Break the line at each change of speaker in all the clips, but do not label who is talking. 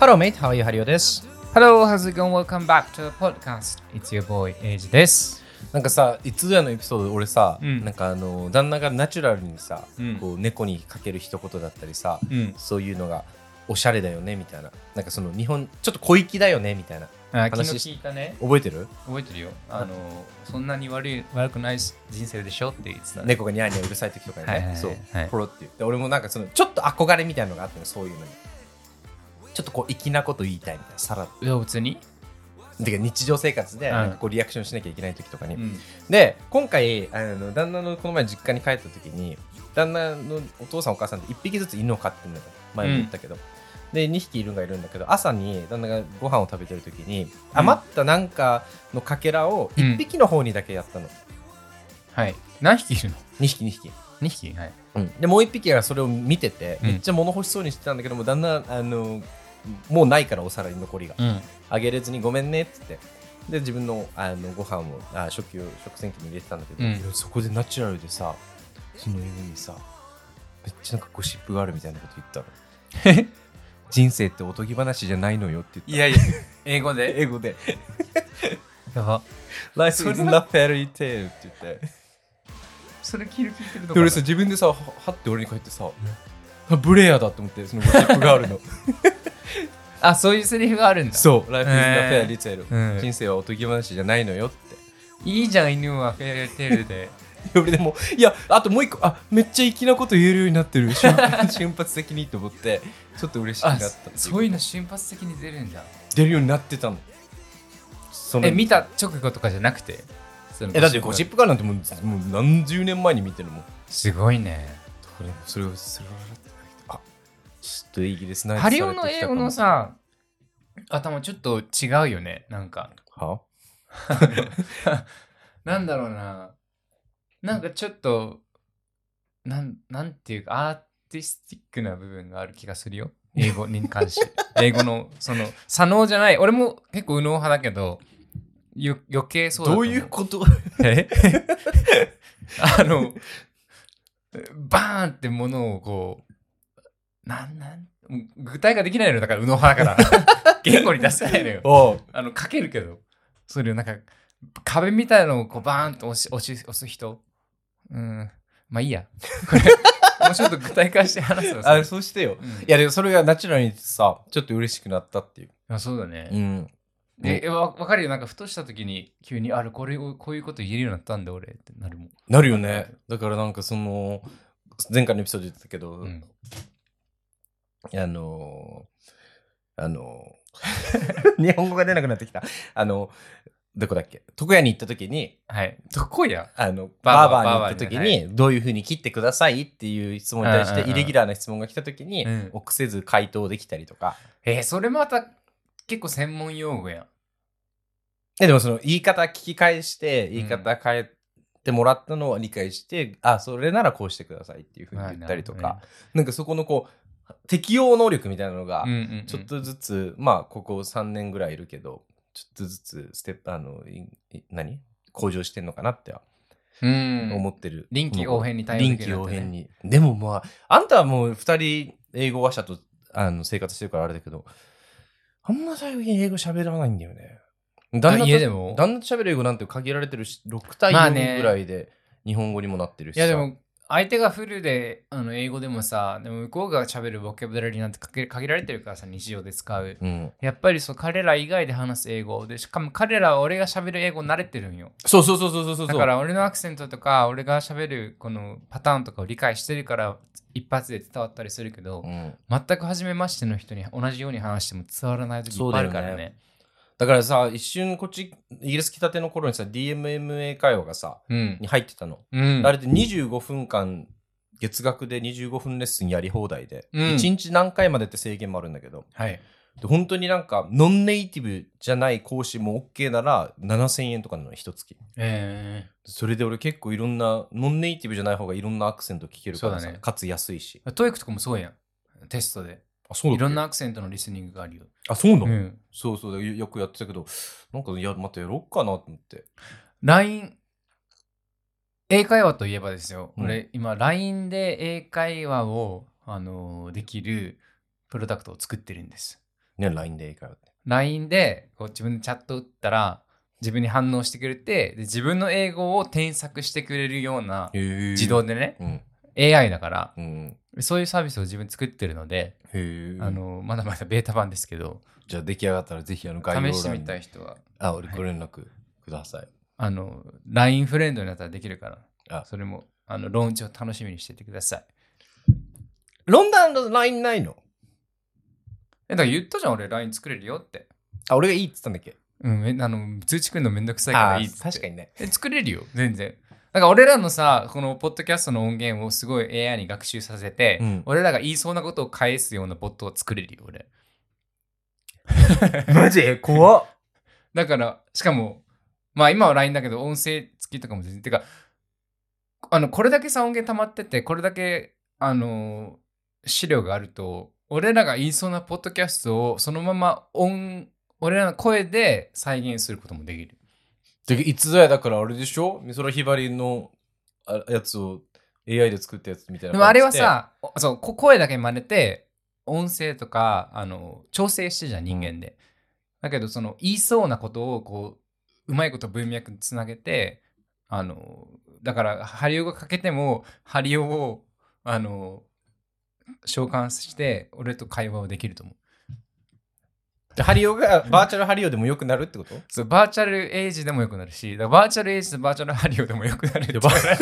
Hello, mate. How are you? ハリオです。
Hello, how's it going? Welcome back to the podcast.
It's your boy, エイジです。
なんかさいつやのエピソード俺さ、
うん
なんかあの旦那がナチュラルにさ、
うん
こう猫にかける一言だったりさ、
うん。
そういうのがおしゃれだよねみたいななんかその日本ちょっと小粋だよねみたいな
あ昨
話
日聞いたね。
覚えてる
覚えてるよ。あの、そんなに悪い悪くない人生でしょって言ってたね。
猫がニャーニャーうるさい時とかにね、
はいはいはい
そう
はい
ポロって言って俺もなんかそのちょっと憧れみたいなのがあったのそういうのにちょっとこう粋なこと言いたいみたいなさらっ
いや、別に。
とてか日常生活で
うん
なんかこうリアクションしなきゃいけない時とかに、
うん。
で今回あの旦那のこの前実家に帰った時に旦那のお父さんお母さんって1匹ずつ犬を飼ってるのよ前も言ったけど、で2匹いるのがいるんだけど朝に旦那がご飯を食べてる時に余ったなんかのかけらを1匹の方にだけやったの、
はい。何匹いるの
2匹2匹、
?2 匹はい。
でもう1匹がそれを見てて
うん
めっちゃ物欲しそうにしてたんだけども旦那あのもうないからお皿に残りが
うん。
あげれずにごめんねっつってで自分のあのご飯をあ食器を食洗機に入れてたんだけど、
う
い
ん
やそこでナチュラルでさその犬にさめっちゃなんかゴシップがあるみたいなこと言ったの 人生っておとぎ話じゃないのよって言った
やいや、英語で。
英語で
やば。
「Life
それ
is not fairy tale」って言って
それ聞いてると
で俺さ自分でさははって俺に返ってさあブレアだと思ってそのゴシップがあるの
あ、そういうセリフがあるん だ。
そう「Life is not fairy
うん
tale」人生はおとぎ話じゃないのよって
いいじゃん、犬はフェアテールで。
いや俺でもいやあともう一個あめっちゃ粋なこと言えるようになってる瞬瞬発的にと思ってちょっと嬉しいな
あ
ったってい、
そういうの瞬発的に出るんだ。
出るようになってたのその
え、見た直後とかじゃなくて。その
えだってゴシップカーなんてもうもう何十年前に見てるもん
すごいね。
それそれをそれをあちょっとイギリスナイ
ハリオの英語のさ、頭ちょっと違うよね。なんか。
は
なんだろうな。なんかちょっと、なん、なんていうか、アーティスティックな部分がある気がするよ。英語に 関して。英語の、その、左脳じゃない。俺も結構右脳派だけど、よ余計そうだと
ど
思
ういうこと
えあの、バーンってものをこう、なんなん、具体化できないのよだから、右脳派だ から。言語に出せないのよ。
おう
あの、書けるけど、それをなんか、壁みたいのをこうバーンと押し、押し、押す人。うん。まあいいや。これ、もうちょっと具体化して話すわ。
あそうしてよ
うんい
いやでもそれがナチュラルにさちょっと嬉しくなったっていう
や、そうだね。
ん
え、えわわかるよ。なんか、ふとした時に、急に、あれ、これを、こういうこと言えるようになったんだ、俺、ってなるもん。
なるよねだからなんかその前回のエピソードで言ってたけど、
うん。
あのーあの ー日本語が出なくなってきた。あのどこだっけ床屋に行った時に、
はい。どこや
あの、バ
バー
ー
バー
バーに行った時
バーバーに
に、どういうふうに切ってくださいっていう質問に対し
うんうんう
て、
ん
イレギュラーな質問が来た時に
うん、
臆せず回答できたりとか。
えーそれまた結構専門用語やん。
で、でもその言い方聞き返して、言い方変えてもらったのを理解して、あ、それならこうしてくださいっていうふうに言ったりとか、なんかそこのこう、適応能力みたいなのが
うん、うんうん
ちょっとずつ、まあ、ここ3年ぐらいいるけど、ちょっとずつ、ステップ、あの、いい何向上してんのかなっては
うん
思ってる。
臨機応変に対応で
臨
き
機
るよ
応
うになった
変
ね
に。でもまあ、あんたはもう2人英語話者とあの生活してるからあれだけど、あんま最近英語喋らないんだよね。旦那
あ
と
家でも
旦那と喋る英語なんて限られてるし、6対
まあね
4ぐらいで日本語にもなってるし
い
さ。
やでも相手がフルであの英語でもさでも向こうが喋るボキャブラリーなんてかけ限られてるからさ日常で使う
うん、
やっぱりそう彼ら以外で話す英語でしかも彼らは俺が喋る英語慣れてるんよ
そうそうそうそうそうそう。
だから俺のアクセントとか俺が喋るこのパターンとかを理解してるから一発で伝わったりするけど
うん
全く初めましての人に同じように話しても伝わらない時いっぱいあるから
そうだよ
ね
だからさ、一瞬こっち、イギリス来たての頃にさ、DMMA 会話がさ、
うん
に入ってたの。
うん
あれって25分間、月額で25分レッスンやり放題で、
うん
1日何回までって制限もあるんだけど、
はい
で本当になんか、ノンネイティブじゃない講師も OK なら、7000円とかなの、一月。
え
それで俺結構いろんな、ノンネイティブじゃない方がいろんなアクセント聞けるから
そう
さ、
だね
かつ安いし。
えトイックとかもそうやん。テストで。
あ、そうだ
いろんなアクセントのリスニングがあるよ。
あ、そうなの、
うん、
そうそうだ、よよくやってたけど、なんか、いや、またやろうかなと思って。
LINE、英会話といえばですよ。
うん
俺、今、LINE で英会話を、あのーできるプロダクトを作ってるんです。
ね、LINE でいいからって。
LINE でこう自分でチャット打ったら自分に反応してくれてで自分の英語を添削してくれるような自動でね、
うん。
AI だから
うん。
そういうサービスを自分作ってるので、
へえ。
あのまだまだベータ版ですけど
じゃあ出来上がったらぜひあの概要欄に
試してみたい人は
あ、俺ご連絡ください。
あの LINE フレンドになったらできるから
あ
それもあのローンチを楽しみにしててください
ロンダンの LINE ないの
えだから言ったじゃん俺 LINE 作れるよって
あ、俺がいいって言ったんだっけ
うんえあの通知くんのめんどくさいからいいっつって
確かにね。
え作れるよ全然だから俺らのさこのポッドキャストの音源をすごい AI に学習させて、
うん
俺らが言いそうなことを返すようなボットを作れるよ俺
マジ怖っ。
だからしかもまあ今は LINE だけど音声付きとかも全然てかあのこれだけさ音源溜まっててこれだけあの資料があると俺らが言いそうなポッドキャストをそのまま音俺らの声で再現することもできる
でいつだよだからあれでしょ美空ひばりのあやつを AI で作ったやつみたいな感じで。
でもあれはさ、おそう、こ声だけ真似て、音声とか、あの、調整してじゃん、人間で。だけど、その、言いそうなことを、こう、うまいこと文脈につなげて、あの、だから、ハリオが欠けても、ハリオを、あの、召喚して、俺と会話をできると思う。
で、ハリオが、バーチャルハリオでもよくなるってこと
そう、バーチャルエイジでもよくなるし、だからバーチャルエイジとバーチャルハリオでもよくなるっていう話。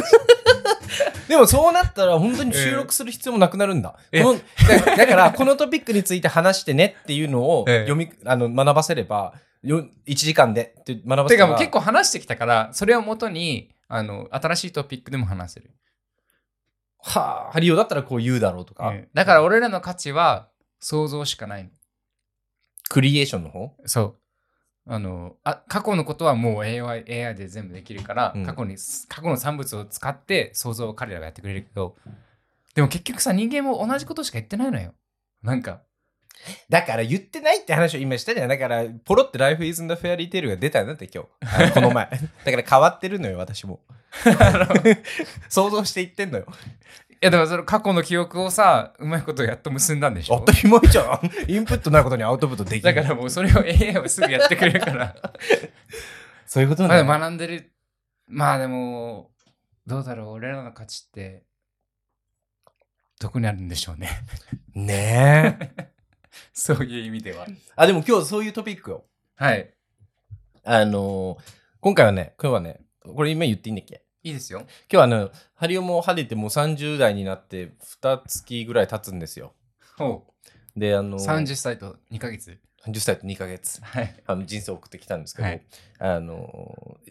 でもそうなったら本当に収録する必要もなくなるんだ。
え
このだだからこのトピックについて話してねっていうのを
ええ
読み、あの学ばせればよ1時間でって学ばせ
て
れば
かもう結構話してきたから、それをもとに、あの、新しいトピックでも話せる。
はあハリオだったらこう言うだろうとか、
うんだから俺らの価値は想像しかないの。
クリエーションの方
そう。あのあ過去のことはもう AI, AI で全部できるから、
うん
過去に過去の産物を使って想像を彼らがやってくれるけどでも結局さ人間も同じことしか言ってないのよなんか
だから言ってないって話を今したじゃん。だから、ポロってライフイズン e フェアリーテールが出たんだって今日。あ のこの前。だから変わってるのよ、私 も。想像していってんのよ。
いやだからその過去の記憶をさうまいことやっと結んだんでし
当
ょ
たり前じゃん。インプットないことにアウトプットでき
だ
る。
からもうそれを AI はすぐやってくれるから
そういうこと
ま
な
だ
の、
学んでるまあでもどうだろう俺らの価値ってどこにあるんでしょうね
ねえ。
そういう意味では
あ、でも今日そういうトピックよ。
はい
あのー今回はね、今日はね、これ今言っていいんだっけ
いいですよ
今日はあの、ハリオも晴れてもう30代になって、2月ぐらい経つんですよ。
ほ
で、あの
う
ー、
30歳と2ヶ月
30歳と2ヶ月。
はい
あの人生を送ってきたんですけど、
はい
あの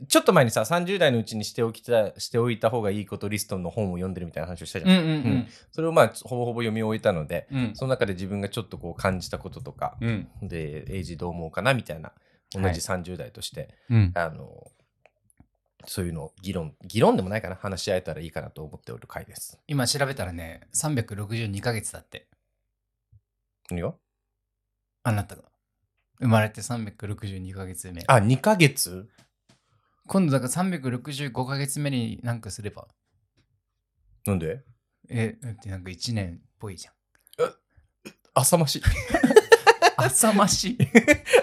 ちょっと前にさ30代のうちにしておきたしておいた方がいいことリストの本を読んでるみたいな話をしたじゃん、
うんうん
それをまあほぼほぼ読み終えたので
うんうん
その中で自分がちょっとこう感じたこととか
うん
でエイジどう思うかなみたいな同
はい
じ30代として、
うん
あのそういうのを議論議論でもないかな話し合えたらいいかなと思っておる回です。
今調べたらね362ヶ月だって
いいよ
あなたが生まれて362ヶ月目
あ2ヶ月
今度だから365ヶ月目になんかすれば
なんで
えだってなんか1年っぽいじゃん
浅ましい
浅ましい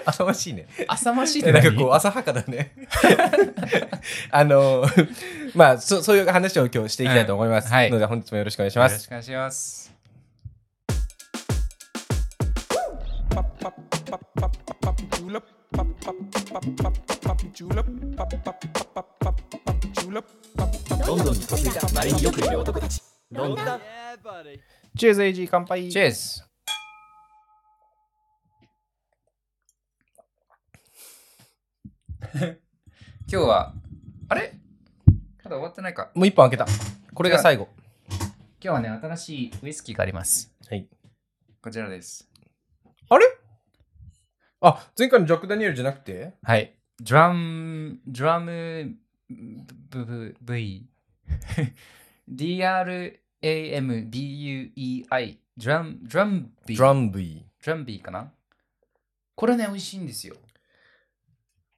浅ましいね。
浅ましいっ
え
て
なん
何
かこう浅はかだね。 あのまあそそういう話を今日していきたいと思います。
うんはい
ので本日もよろしくお願いし
よ
ま
ろし
す
く。お願いします
ロンドンに嫁いだマリンよくいる男たちロンドン
チェーズエイジ乾杯
チェイス 今日はあれまだ終わってないか
もう一本開けた。これが最後。
今日はね新しいウイスキーがあります
はい。
こちらです
あれあ前回のジャック・ダニエルじゃなくて
はいドラムドラムブブ V DRAMBUEI ドラムドラムビー
ドラムビ
ドラムビーかなこれね、美味しいんですよ。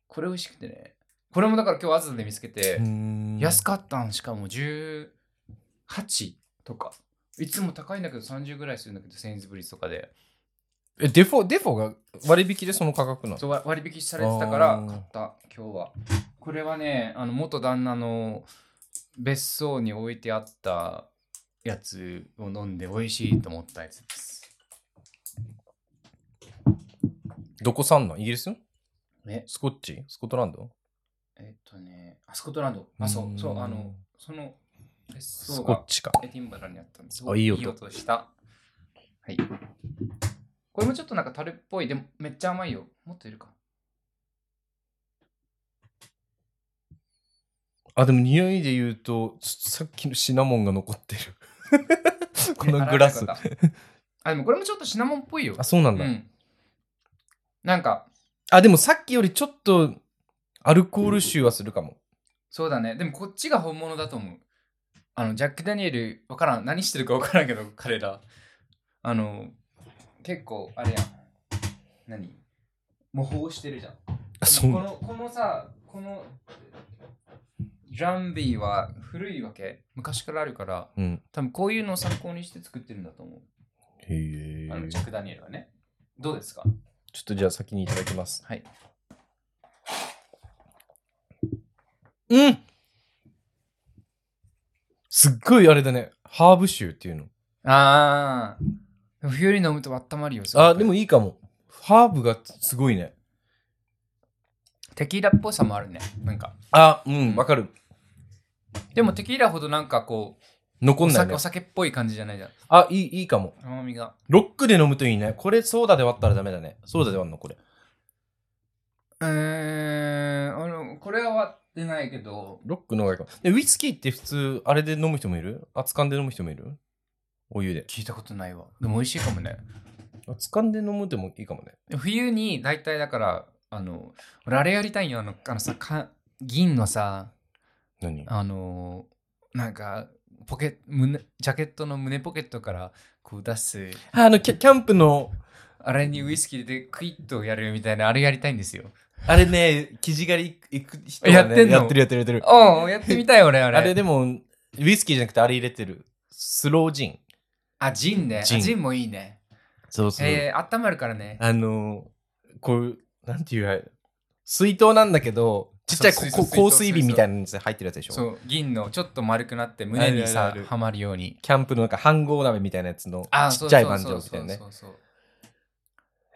これ美味しくてね。これもだから今日朝で見つけて、
ー。
安かったんしかも18とか。いつも高いんだけど30ぐらいするんだけど、セインズブリーズとかで。
えデフォデフォが割引でその価格なの
そうわ割引されてたから
あー
買った今日はこれはねあの元旦那の別荘に置いてあったやつを飲んで美味しいと思ったやつです
どこ産なんイギリス
ね
スコッチスコットランド
えっとねあスコットランドあそううんそうあのその別
ス
荘
コ
が
ッチか
エディンバラにあったんです
あいい音
したはいこれもちょっとなんかタレっぽいでもめっちゃ甘いよもっといるか
あでも匂いで言うとちょっとさっきのシナモンが残ってるこのグラス
あでもこれもちょっとシナモンっぽいよ
あそうなんだ、
うん、なんか
あでもさっきよりちょっとアルコール臭はするかも、
そうだねでもこっちが本物だと思うあのジャック・ダニエルわからん何してるかわからんけど 彼らあの結構あれやん何模倣してるじゃん
あそう
このこのさこのジャンビーは古いわけ昔からあるから
うん
多分こういうのを参考にして作ってるんだと思う
へえ
あのジャック・ダニエルはねどうですか
ちょっとじゃあ先にいただきます
はい
うんすっごいあれだねハーブ臭っていうの
あーでも冬に飲むと温まるよすごく
あでもいいかもハーブがすごいね
テキーラっぽさもあるねなんか
あうんわかる
でもテキーラほどなんかこう
残
お
んない
酒
ね
お酒っぽい感じじゃないじゃん
あいいいいかも
甘みが
ロックで飲むといいねこれソーダで割ったらダメだねソーダで割るのこれ
うーんあのこれは割ってないけど
ロックの方がいいかもでウイスキーって普通あれで飲む人もいる熱燗で飲む人もいるお湯で
聞いたことないわでも美味しいかも ね
熱燗で飲むでもいいかもね
冬に大体だからあの俺あれやりたいんよあのあのさか銀のさ
何
あのなんかポケ胸ジャケットの胸ポケットからこう出す
あのキャキャンプの
あれにウイスキーでクイッとやるみたいなあれやりたいんですよ
あれね生地狩り行く人
やってんの
やってるやってるやってる
おおやってみたい俺あれ
あれでもウイスキーじゃなくてあれ入れてるスロージン
あジンねあ
ジン
ジンもいいね
そうそ
えー、温まるからね
あのーこういう、なんていうあれ、水筒なんだけど、ちっちゃい
そう
こ
水
こ香
筒水筒
水瓶みたいなやつで入ってるやつでし
そ
ょ
う銀のちょっと丸くなって
あ
胸に
るあ
さ
るある
はまるように
キャンプのなんか飯盒鍋みたいなやつの
あ
ちっちゃいバンジョーみたいなね
そ。うそうそう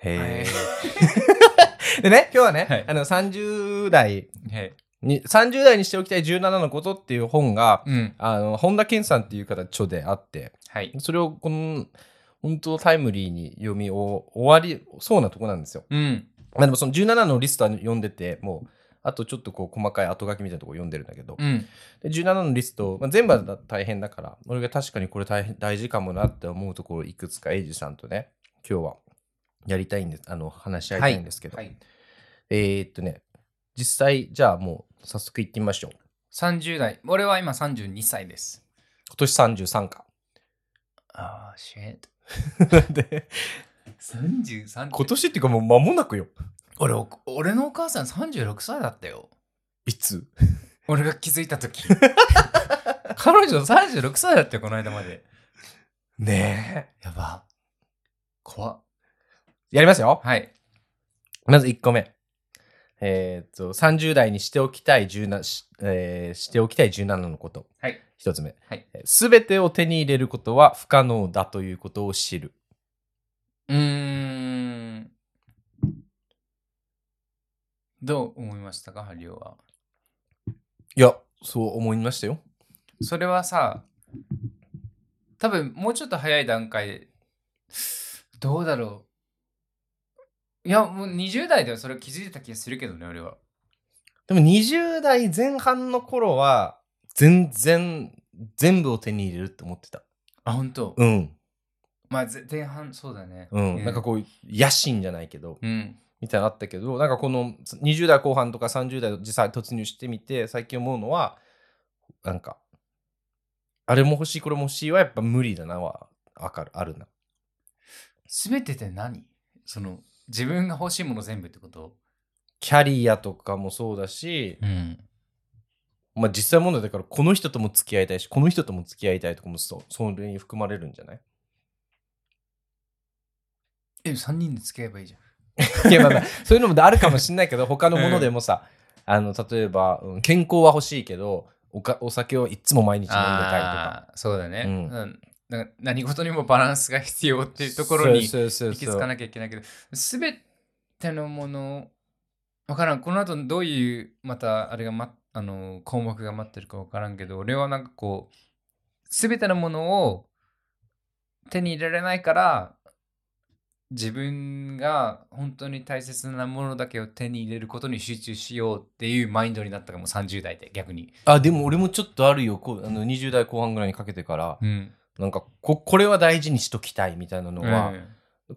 へ
は
え。でね、今日はね、
はい
あの30代
いはい
に、30代にしておきたい17のことっていう本が、
うん
あの、本田健さんっていう方著であって、
はい
それをこの、本当タイムリーに読み終わりそうなとこなんですよ。
うん
まあでもその17のリストは読んでて、もう、あとちょっとこう細かい後書きみたいなとこ読んでるんだけど、
うん
で17のリスト、まあ、全部は大変だから俺が確かにこれ大変大事かもなって思うところいくつかエイジさんとね今日はやりたいんですあの話し合いたいんですけど、
はい
えー、っとね実際じゃあもう早速いってみましょう
30代俺は今32歳です
今年33か
ああシェッ
で
33
今年っていうかもう間もなくよ
俺お俺のお母さん36歳だったよ
いつ
俺が気づいた時彼女36歳だったよこの間まで
ねえ
やば怖っ
やりますよ
はい
まず1個目えー、っと30代にしておきたい17し,、えーしておきたい17のこと
はい
一つ目
はい
すべ、全てを手に入れることは不可能だということを知る
うーんどう思いましたかハリオはい
やそう思いましたよ
それはさ多分もうちょっと早い段階でどうだろういやもう20代ではそれ気づいた気がするけどね俺は
でも20代前半の頃は全然全部を手に入れるって思ってた
あ本当、
うん
まあぜ前半そうだね
うん、なんかこう野心じゃないけど
うん
みたいなのあったけどなんかこの20代後半とか30代実際突入してみて最近思うのはなんかあれも欲しいこれも欲しいはやっぱ無理だなはわかるあるな
全てって何その自分が欲しいもの全部ってこと
キャリアとかもそうだし、
うん
まあ、実際問題だからこの人とも付き合いたいしこの人とも付き合いたいとかもそうそれに含まれるんじゃない
え、3人で付き合えばいいじゃ ん。
いやまあ まあそういうのもあるかもしれないけど他のものでもさ、あの例えば、うん健康は欲しいけどおかお酒をいつも毎日飲んでたいとか。
あーそうだね。
う
うんんだから何事にもバランスが必要っていうところに
そうそう
行き
そう
着
そう
かなきゃいけないけど、すべてのもの、わからん。この後どういう、またあれが、ま、あの項目が待ってるかわからんけど、俺はなんかこう、すべてのものを手に入れられないから、自分が本当に大切なものだけを手に入れることに集中しようっていうマインドになったかも30代で逆に。
あでも俺もちょっとあるよこうあの20代後半ぐらいにかけてから、
うん。
なんかここれは大事にしときたいみたいなのは、
うん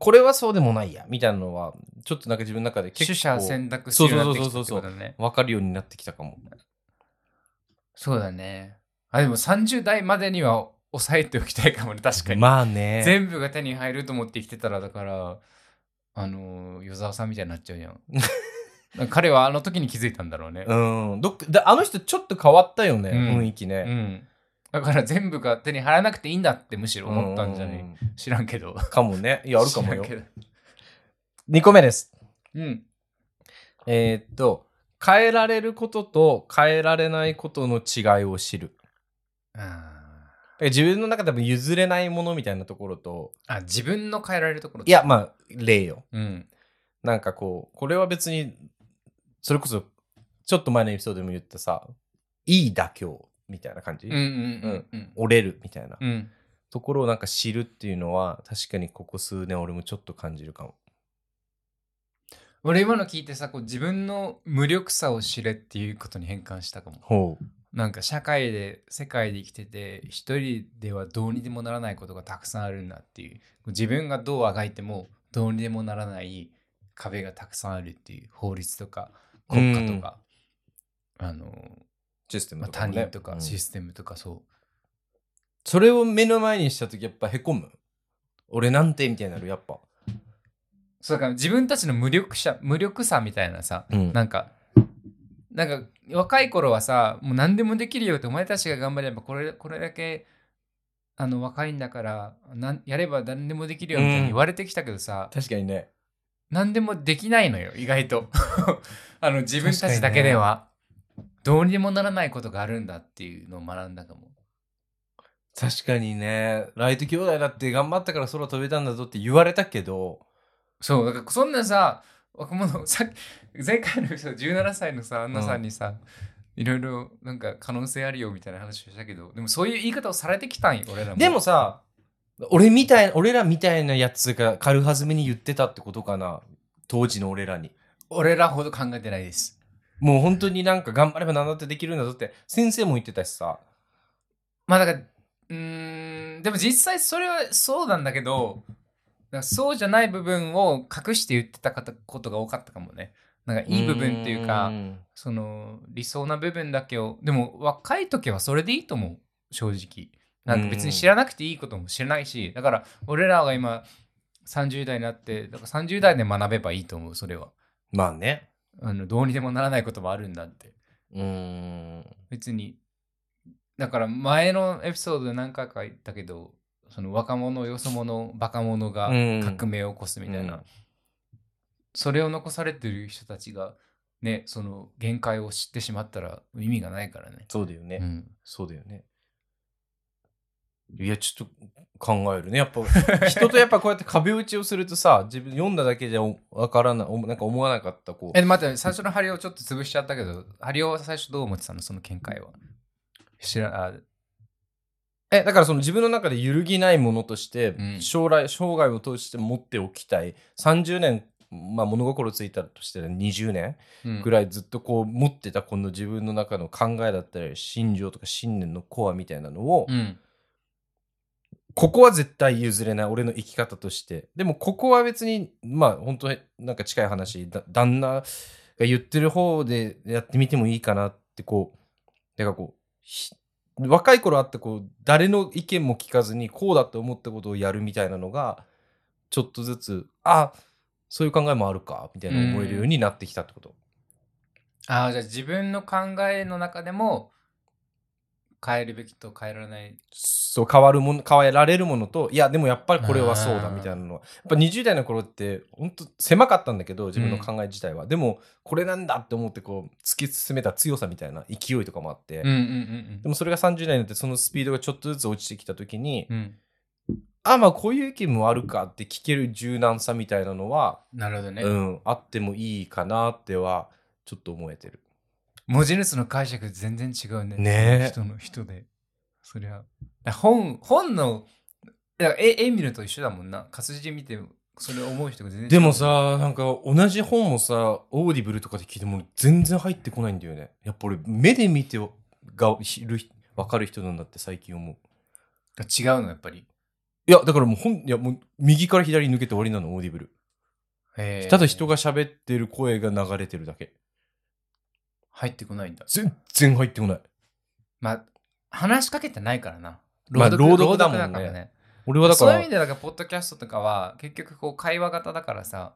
これはそうでもないやみたいなのはちょっとなんか自分の中で結
取
構
捨選択するようになってきたって
そうそうそうそう
こ
そ
とね。
分かるようになってきたかも。
そうだね。あ、でも30代までには抑えておきたいか もね、確かに。
まあね。
全部が手に入ると思って生きてたら、だから、あのー、与沢さんみたいになっちゃうじゃん。なん か彼はあの時に気づいたんだろうね。
うん、どっかであの人ちょっと変わったよね、
うん
雰囲気
う
ね。
ん。だから全部が手に入らなくていいんだってむしろ思ったんじゃな
う
い知らんけど。
かもね。いや、あるかもよ
知。らんけど
2個目です。
うん。
えーっと、変えられることと変えられないことの違いを知る。だか
あー
ら自分の中でも譲れないものみたいなところと、
あ、自分の変えられるところ。
いや、まあ、例よ。
うん。
なんかこう、これは別に、それこそ、ちょっと前のエピソードでも言ったさ、いい妥協みたいな感じ、
うんうんうんうん。
折れるみたいな、
うん。
ところをなんか知るっていうのは、確かにここ数年俺もちょっと感じるかも。
俺今の聞いてさこう自分の無力さを知れっていうことに変換したかも
ほう。
なんか社会で世界で生きてて一人ではどうにでもならないことがたくさんあるんだっていう自分がどうあがいてもどうにでもならない壁がたくさんあるっていう法律とか国家とか、あの、
システム
まあ、
とか
他
もね、
人とか
うん
システムとかそう、
それを目の前にした時やっぱへこむ俺なんてみたいになるやっぱ、
そうだから自分たちの無力さ無力さみたいなさ、
うん
なんか、なんか若い頃はさ、もう何でもできるよって、お前たちが頑張ればこれこれだけあの若いんだからなん、やれば何でもできるよみたいに言われてきたけどさ、
確かにね
何でもできないのよ、意外と。 あの自分たちだけでは、どうにでもならないことがあるんだっていうのを学んだかも。
確かにねライト兄弟だって頑張ったから空飛べたんだぞって言われたけど
そう、だからそんなさ、若者、さっき、 前回のさ17歳のさ、アンナさんにさ、いろいろなんか可能性あるよみたいな話をしたけど、でもそういう言い方をされてきたんよ、俺らも。
でもさ俺みたい俺らみたいなやつが軽はずみに言ってたってことかな当時の俺らに
俺らほど考えてないです。
もう本当になんか頑張れば何だってできるんだぞって先生も言ってたしさ
まあだから、うーん、でも実際それはそうなんだけど、なんかそうじゃない部分を隠して言ってた方ことが多かったかもね。なんかいい部分っていうか、
ん
その理想な部分だけを、でも若い時はそれでいいと思う、正直。なんか別に知らなくていいことも知らないし、だから俺らが今30代になって、だから30代で学べばいいと思う、それは。
まあね
あのどうにでもならないこともあるんだって。
うん
別にだから前のエピソードで何回か言ったけどその若者よそ者バカ者が
うん
革命を起こすみたいな、
うん
それを残されてる人たちがねその限界を知ってしまったら意味がないからね、
そうだよね、
うん、
そうだよね。いや、ちょっと考えるね。やっぱ、人とやっぱこうやって壁打ちをするとさ、自分読んだだけじゃおわからない、おなんか思わなかった、こう。
え待って最初のハリオちょっと潰しちゃったけどハリオは最初どう思ってたのその見解は知らあ
え、だからその自分の中で揺るぎないものとして、
うん
将来、生涯を通して持っておきたい、30年、まあ物心ついたとして20年
うん
ぐらいずっとこう持ってたこの自分の中の考えだったり、心情とか信念のコアみたいなのを、
うん
ここは絶対譲れない俺の生き方としてでもここは別にまあ本当になんか近い話だ旦那が言ってる方でやってみてもいいかなってこうだからこうひ若い頃あってこう誰の意見も聞かずにこうだと思ったことをやるみたいなのがちょっとずつあそういう考えもあるかみたいな思えるようになってきたってこと、
ああじゃあ自分の考えの中でも変えるべきと変えられない。
そう変わるもの変えられるものといやでもやっぱりこれはそうだ
あー
みたいなのはやっぱ20代の頃って本当狭かったんだけど自分の考え自体は、でもこれなんだって思ってこう突き進めた強さみたいな勢いとかもあって、
うんうんうん
でもそれが30代になってそのスピードがちょっとずつ落ちてきた時に、
うん。うん。
あまあこういう意見もあるかって聞ける柔軟さみたいなのは、
なるほどね。
うん、あってもいいかなってはちょっと思えてる。
文字列の解釈全然違うね。
ねえ
人の人で。そりゃ。だ本本のだから絵絵見ると一緒だもんな。活字見てもそれ思う人が全然違う
でも、さなんか同じ本もさオーディブルとかで聞いても全然入ってこないんだよねやっぱ俺目で見てが知る分かる人なんだって最近思う
違うのやっぱり。
いやだからもう本いやもう右から左に抜けて終わりなのオーディブルただ人が
が
喋ってる声が流れてるだけ
入ってこないんだ。
全然入ってこない
まあ話しかけてないからな。
まあ朗読だもんね
からね。
俺はだか
そういう意
ら
味でだからポッドキャストとかは結局こう会話型だからさ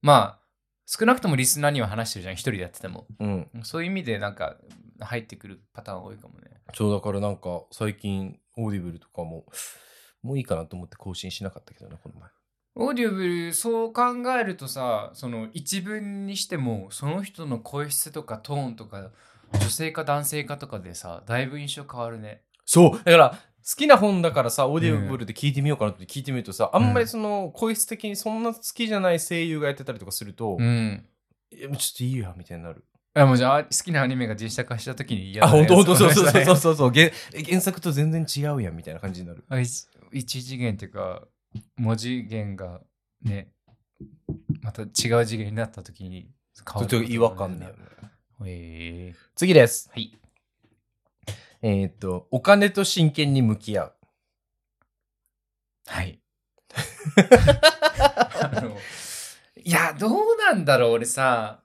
まあ少なくともリスナーには話してるじゃん一人でやってても
うん
そういう意味でなんか入ってくるパターン多いかもね
そうだからなんか最近オーディブルとかももういいかなと思って更新しなかったけどなこの前
オーディオブルそう考えるとさその一文にしてもその人の声質とかトーンとか女性か男性かとかでさだいぶ印象変わるね
そうだから好きな本だからさオーディオブルで聞いてみようかなって聞いてみるとさ、
ん
あんまりその声質的にそんな好きじゃない声優がやってたりとかすると、
ん
いやちょっといいやみたいになる
あもうじゃあ好きなアニメが実写化した時に嫌
あ
だね
本当本当そうそう
の人
そう
ね
そうそう原原作と全然違うやんみたいな感じになる
あ一一次元っていうか文字元がねまた違う次元になった時に
ち
変
ょっと違和感だよね
え
次です
はい
えーっとお金と真剣に向き合う
はい あのいやどうなんだろう俺さ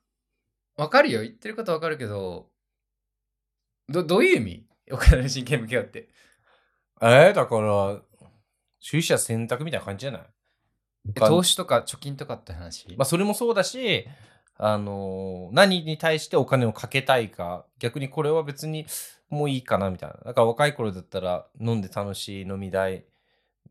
わかるよ言ってることわかるけどどどういう意味お金の真剣向き合うって
えー、だから取捨選択みたいな感じじゃない
え
他の
投資とか貯金とかって話、
まあ、それもそうだし、あのー何に対してお金をかけたいか逆にこれは別にもういいかなみたいなだから若い頃だったら飲んで楽しい飲み代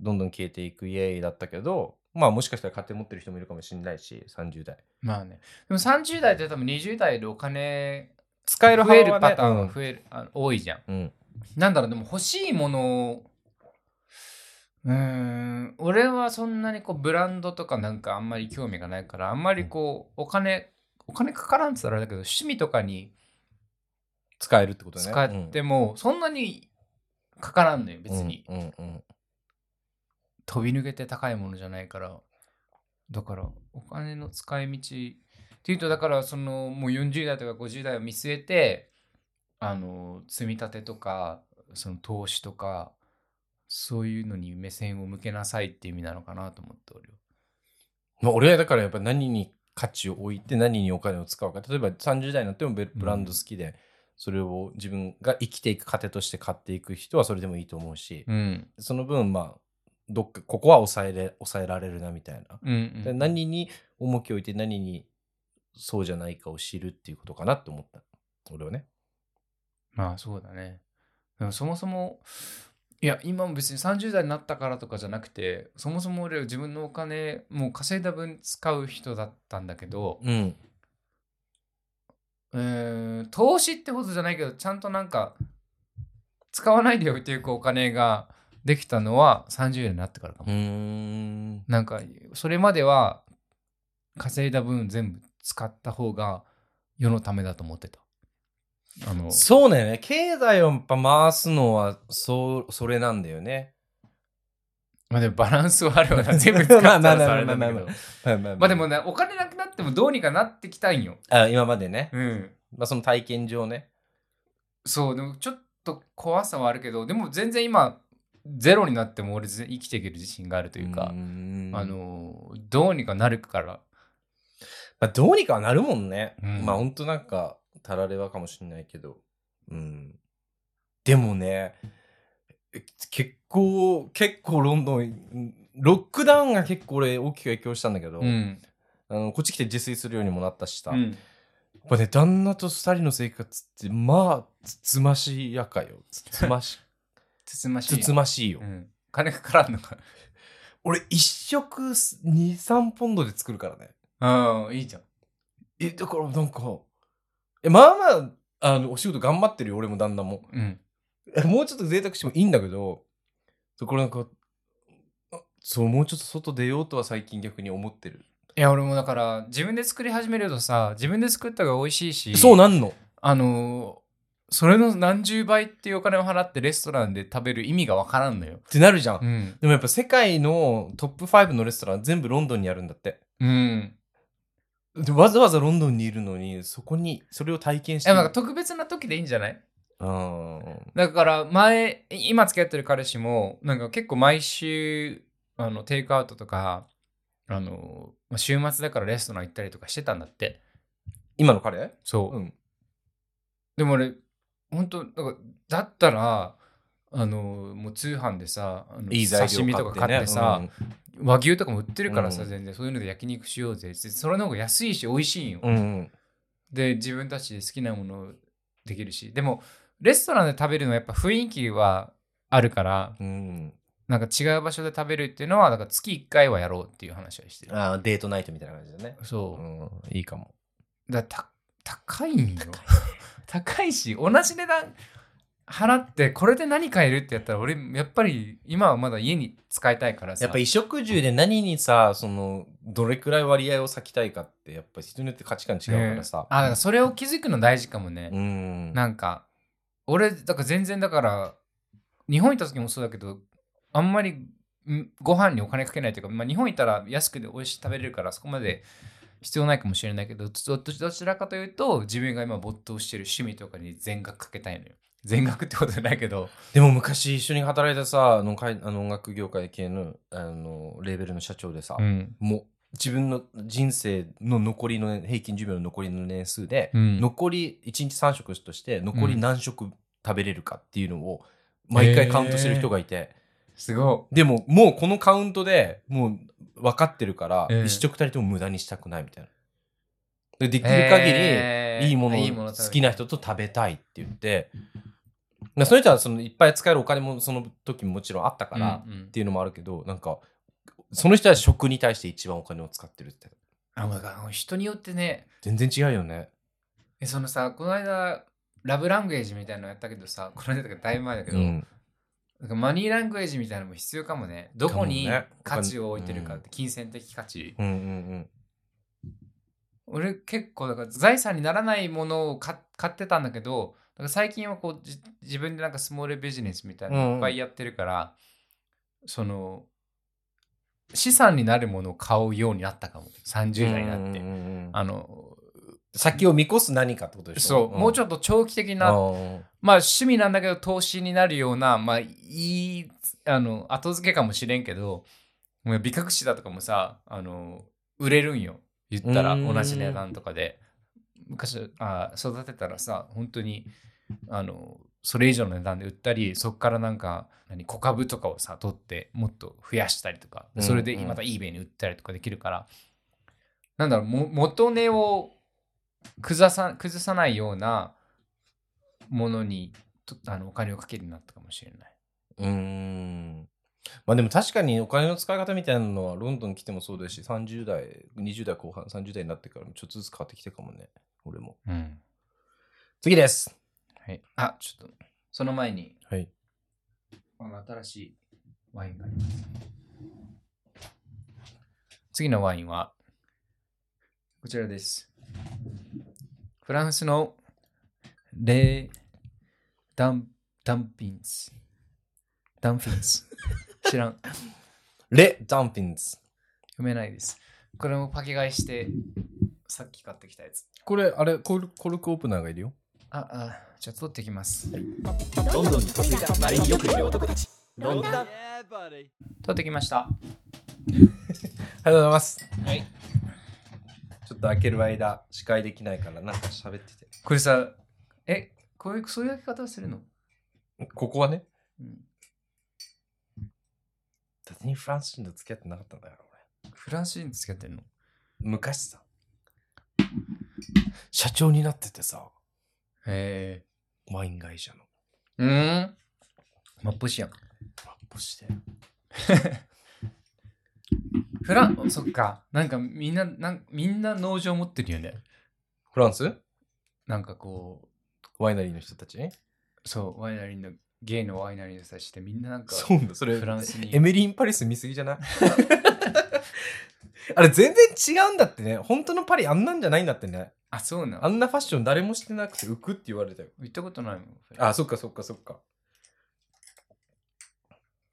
どんどん消えていくイエーイだったけどまあもしかしたら家庭持ってる人もいるかもしれないし30代
まあねでも30代って多分20代でお金
使える
増えるパターン
う
が増える、あの多いじゃん
ん、うん
なんだろう、でも欲しいものを、うーん、俺はそんなにこうブランドとかなんかあんまり興味がないから、あんまりこう、お金、お金かからんって言ったらあれだけど、趣味とかに
使えるってことね
使っても、そんなにかからんのよ、
うん
別に。
うんうんうん
飛び抜けて高いものじゃないから。だから、お金の使い道っていうと、だから、その、もう40代とか50代を見据えて、あの、積み立てとか、その投資とか、そういうのに目線を向けなさいっていう意味なのかなと思っておるよ。
まあ、俺はだからやっぱ何に価値を置いて何にお金を使うか例えば30代になってもベブランド好きで、それを自分が生きていく糧として買っていく人はそれでもいいと思うし、
うん。
その分まあどっかここは抑えれ抑えられるなみたいな、
うん、
で何に重きを置いて何にそうじゃないかを知るっていうことかなって思った俺はね
まあそうだね。でもそもそも、いや、今も別に30代になったからとかじゃなくて、そもそも俺は自分のお金、もう稼いだ分使う人だったんだけど、
うん
うーん投資ってことじゃないけどちゃんとなんか使わないで置いていくお金ができたのは30円になってからかも、
ん
なんかそれまでは稼いだ分全部使った方が世のためだと思ってたあの
そうだよね経済をやっぱ回すのはそうそれなんだよね
まあでもバランスはあるわ な全部使ったら
まあまあ
さあれなんだけ
まあ
ど
ままあま
まあでもねお金なくなってもどうにかなってきたんよ
あ今までね、
うん
まあ、その体験上ね
そうでもちょっと怖さはあるけどでも全然今ゼロになっても俺ぜ生きていける自信があると
と
いうか、あ
あの、
のどうにかなるから
まあ、どうにかはなるもんね、
うん
まあほんとなんかたらればかもしれないけどうんでもねえ結構結構ロンドンうんロックダウンが結構俺大きく影響したんだけど、
うん、
あのこっち来て自炊するようにもなったしさ、
うん
っぱね、旦那と二人の生活って、まあ、つつましやかよ。つつまし、
つつまし い
つ
よ。
つましいよ
う。ん。金かからんのか。
俺、一食す2、3ポンドで作るからね。
うん、いいじゃん。
え、だからなんか、え、まあまあ、あの、お仕事頑張ってるよ、俺も旦那も。
うん。
えもうちょっと贅沢してもいいんだけど、そこれなんか、あそう、もうちょっと外出ようとは最近逆に思ってる。
いや、俺もだから、自分で作り始めるとさ、自分で作った方が美味しいし、
そうなんの
あのー、それの何十倍っていうお金を払ってレストランで食べる意味がわからんのよ。
ってなるじゃん。
うん。
でもやっぱ世界のトップ5のレストラン全部ロンドンにあるんだって。
うん。
でわざわざロンドンにいるのに、そこに、それを体験して
でも
る。
なんか特別な時でいいんじゃない
うん
だから前今付き合ってる彼氏もなんか結構毎週あのテイクアウトとかあのまあ週末だからレストラン行ったりとかしてたんだって
今の彼
そう、
うん。
でも俺本当なんかだったらあのもう通販でさあの
いい材料
刺身とか買ってさ、
ね
和牛とかも売ってるからさ、
うん
全然そういうので焼肉しようぜってそれの方が安いし美味しいんよ、
うんうん
で自分たちで好きなものできるしでもレストランで食べるのはやっぱ雰囲気はあるから
うん。
なんか違う場所で食べるっていうのは、だから月1回はやろうっていう話はしてる。
ああ、デートナイトみたいな感じだね。
そうう。
ん、いいかも。
だからた高いんよ。 高いし、同じ値段払って、これで何買えるってやったら、俺、やっぱり今はまだ家に使いたいからさ。
やっぱ衣食住で何にさ、その、どれくらい割合を割きたいかって、やっぱ人によって価値観違うからさ。
ねあ、だからそれを気づくの大事かもね。
うん。
なんか、俺、だから全然だから、日本行った時もそうだけど、あんまりんご飯にお金かけないというか、まあ、日本行ったら安くで美味しい食べれるから、そこまで必要ないかもしれないけど、どどどちらかというと、自分が今没頭してる趣味とかに全額かけたいのよ。全額ってことじゃないけど、
でも昔一緒に働いたさ、あのかいあの音楽業界系のあのレーベルの社長でさ、
ん。
もう自分の人生の残りの平均寿命の残りの年数で、
うん
残り1日3食として残り何食食べれるかっていうのを毎回カウントしてる人がいて、
すご
でももうこのカウントでもう分かってるから、
ええ
一食たりとも無駄にしたくないみたいな。でで
い。
きる限り、
えー
いいものを好きな。人と食べたいって言って、まあその人はそのいっぱい使えるお金もその時ももちろんあった
食
か
べたい
ら
うんうん
っていうのもあるけど、なんかその人は食に対して一番お金を使ってるって
あ、だから人によってね、
全然違うよね。
えそのさ、この間、ラブランゲージみたいなのやったけどさ、この間とかだいぶ前だけど、
うん
なんかマニーラングエージみたいなのも必要かもね。どこに
かもね
価値を置いてるかって、金銭的価値。
うんうん
俺結構だから財産にならないものを買買ってたんだけど、だから最近はこうじ自分でなんかスモールビジネスみたいな
うんうん
のいっぱいやってるから、その資産になるものを買うようになったかも。30代になって。
うんうんうん
あの、
先を見越す何かってことでしょ
そう、もうち
ょっ
ょっと長期的
と
なまあ趣味なんだけど投資になるような、まあいい、あの、後付けかもしれんけど、もう美隠しだとかもさ、あの、売れるんよ。言ったら
うーん
同じ値段とかで。昔あ、育てたらさ、本当に、あの、それ以上の値段で売ったり、そこからなんか、何、小株とかをさ、取って、もっと増やしたりとか、それで
うんうん
また eBay に売ったりとかできるから、なんだろう、も元値を崩さ崩さないようなものにとあのお金をかけるようになったかもしれない。
うんまあでも確かにお金の使い方みたいなのはロンドン来てもそうだし30代20代後半30代になってからもちょっとずつ変わってきてるかもね俺も
うん
次です
はい、あちょっとその前に
はい
あの新しいワインがあります。次のワインはこちらです。フランスのレダンダンピンス。ダンフィンス。知らん。
レ・ダンピンズ。
読めないです。これもパケ買いしてさっき買ってきたやつ。
これ、あれコル、コルクオープナーがいるよ。
あ、あ、じゃあ取ってきます。
ロンドンに嫁いだマリンよくいる男たちロンドン
取ってきました。
ありがとうございます。
はい。
ちょっと開ける間、司会できないから、なんか喋ってて。
これさ、え、こういう、そういう開け方するの
ここはね。
うん
だってにフランス人と付き合ってなかったんだよ、
フランス人と付き合ってんの
俺。昔さ。社長になっててさ、
へ
ワイン会社の。
え。うん。まっぽしやん。
マッポして。
フラン、そっか。なんかみんな、なんみんな農場持ってるよね。
フランス
なんかこ
ワイナリーの人たち
う、そう、ワイナリーの、ゲイのワイナリーの人たちってみんななんか、
そうだ、それ
フ、ランスに。
エメリン・パリス見すぎじゃない あれ全然違うんだってね。本当のパリあんなんじゃないんだってね。
あ、そうな
あ
の
んなファッション誰もしてなくて浮くって言われたよ。
行ったことないもん。
あ、そっかそっかそっか。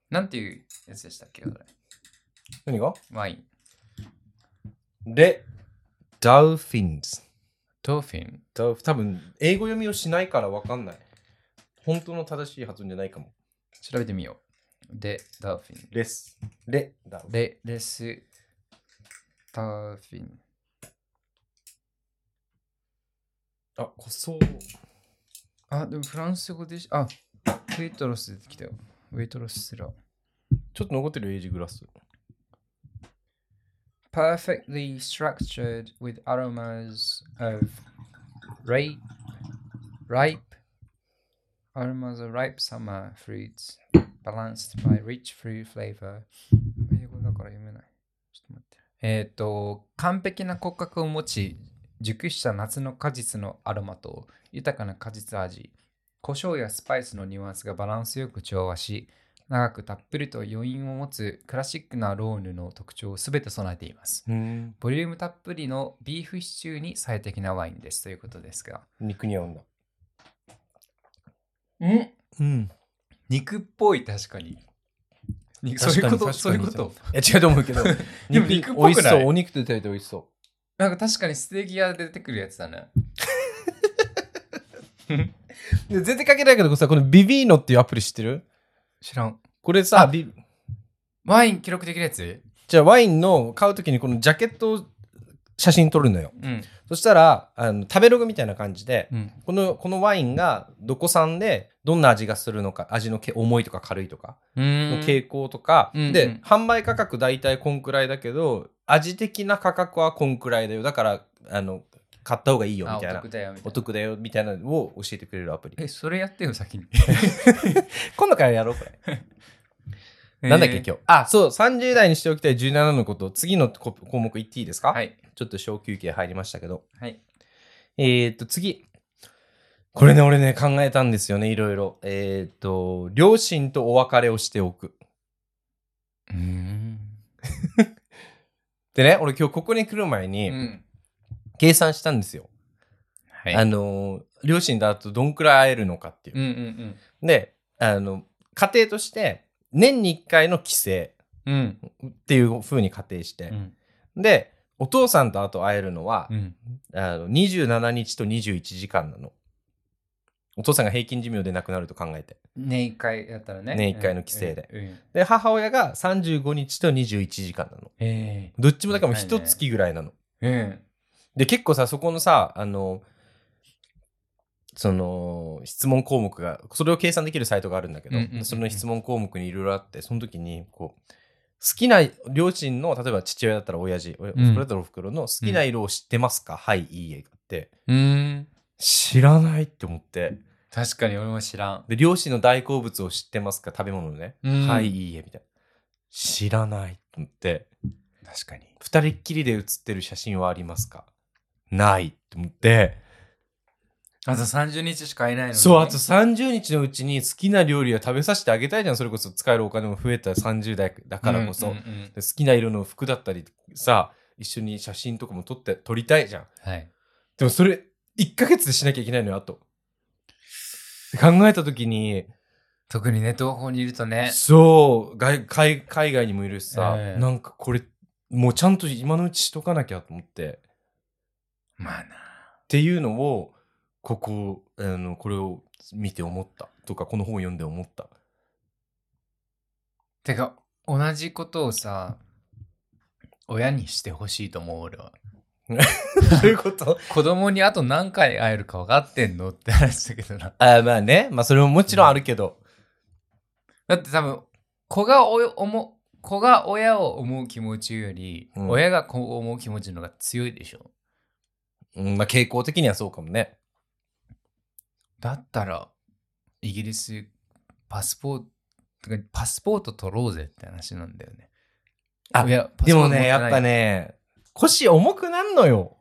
なんていうやつでしたっけそれ
何が
ワイン。
レ・ダウフィンズ。
ドーフィン。
ダウ多分、英語読みをしないから分かんない。本当の正しい発音じゃないかも。
調べてみよう。で、ダーフィン。
レス。レ・ダウフィン。
レ、レス、ダーフィン。
あ、こそ
あ、でもフランス語でし、あ、ウェイトロス出てきたよ。ウェイトロスすら。
ちょっと残ってるエイジグラス。
perfectly structured with aromas of ripe, ripe aromas of ripe summer fruits, balanced by rich fruit flavor. 英語だから読めない。ちょっと待って。えーっ、と、完璧な骨格を持ち、熟した夏の果実のアロマと豊かな果実味、胡椒やスパイスのニュアンスがバランスよく調和し、長くたっぷりと余韻を持つクラシックなローヌの特徴をすべて備えています。
うん。
ボリュームたっぷりのビーフシチューに最適なワインですということですが。
肉に合うんだ。
ん
うん。
肉っぽい確かに。にそう
確
い
か
う
に
こと、そういうこ
確かに
と。
いや、違うと思うけど。
でも肉っぽくない
美味しそう。お肉と炊いて美味しそ
なんか確かにステーキ屋で出てくるやつだね。
う。で全然関係ないけどさ、このビビーノっていうアプリ知ってる
知らん。
これさ、ビ
ワイン記録できるやつ
じゃあワインの買うときにこのジャケットを写真撮るのよ。
うん。
そしたら、あの食べログみたいな感じで、
うん。
このこのワインがどこ産でどんな味がするのか味のけ重いとか軽いとか
うー
の
ん。
傾向とか、
うん
で、
うん
販売価格大体こんくらいだけど味的な価格はこんくらいだよだからあの買った方がいいよ
あ
み
お
たいな
得だよみた
お
いな。
得だよみたいなのを教えてくれるアプリ
え、それやってよ、先に。
今度からやろうこれ、 なんだっけ今日あそう30代にしておきたい17のこと次のこ項目言っていいですか、
はい。
ちょっと小休憩入りましたけど
はい。
えー、っと、次。これね、俺ね、考えたんですよね、いろいろ。えー、っと、両親とお別れをしておく。
うーん。
でね、俺今日ここに来る前
う
に、
ん。
計算したんですよ。
はい。
あのー、両親だとどんくらい会えるのかっていう
う。んうん
で、あの、家庭として、年に1回の帰省っ
うん。うん。
ていう風に仮定して
う、ん。
で、お父さんとあと会えるのは、
うん。
あの27日と21時間なの。お父さんが平均寿命で亡くなると考えて。
年一回やったらね。
年一回の帰省で
うん。うん
で、母親が35日と21時間なの。
え
どっちもだからもう
はいね
一月ぐらいなの。
えうん。
で、結構さ、そこのさ、あの、その、質問項目が、それを計算できるサイトがあるんだけど、
うんうんうんうん
その質問項目にいろいろあって、その時に、こう、好きな両親の、例えば父親だったら親父、お
ん
袋だったらお袋の好きな色を知ってますか、はい、いいえって、
うん。
知らないって思って、
確かに俺も知らん。
で、両親の大好物を知ってますか食べ物のね、
うん
はい、いいえみたいな。知らないって思って、
確かに。
二人っきりで写ってる写真はありますかないって思って、
あと30日しかいないのに。
そう、あと30日のうちに好きな料理は食べさせてあげたいじゃん、それこそ使えるお金も増えた30代だからこそ、
うんうん
で
うん
好きな色の服だったりさ、一緒に写真とかも撮って、撮りたいじゃん。
はい。
でもそれ、1ヶ月でしなきゃいけないのよ、あと。って考えた時に、
特にね、東方にいるとね。
そう外海、海外にもいるしさ、
ええ
なんかこれ、もうちゃんと今のうちしとかなきゃと思って。
まあな。
っていうのをここあのこれを見て思ったとかこの本を読んで思 った
てか、同じことをさ、親にしてほしいと思う俺は。
ということ
子供にあと何回会えるか分かってんのって話だけどな。
あまあねまあそれももちろんあるけど、
だって多分、子がおよ思う、子が親を思う気持ちより、
うん
親が子を思う気持ちの方が強いでしょ。
うん、まあ傾向的にはそうかもね。
だったら、イギリス、パスポート、てかパスポート取ろうぜって話なんだよね。
あ
いや、パス
で
ポー
も
ト持
ね、
てない
やっぱ。ね、腰重くなんのよ。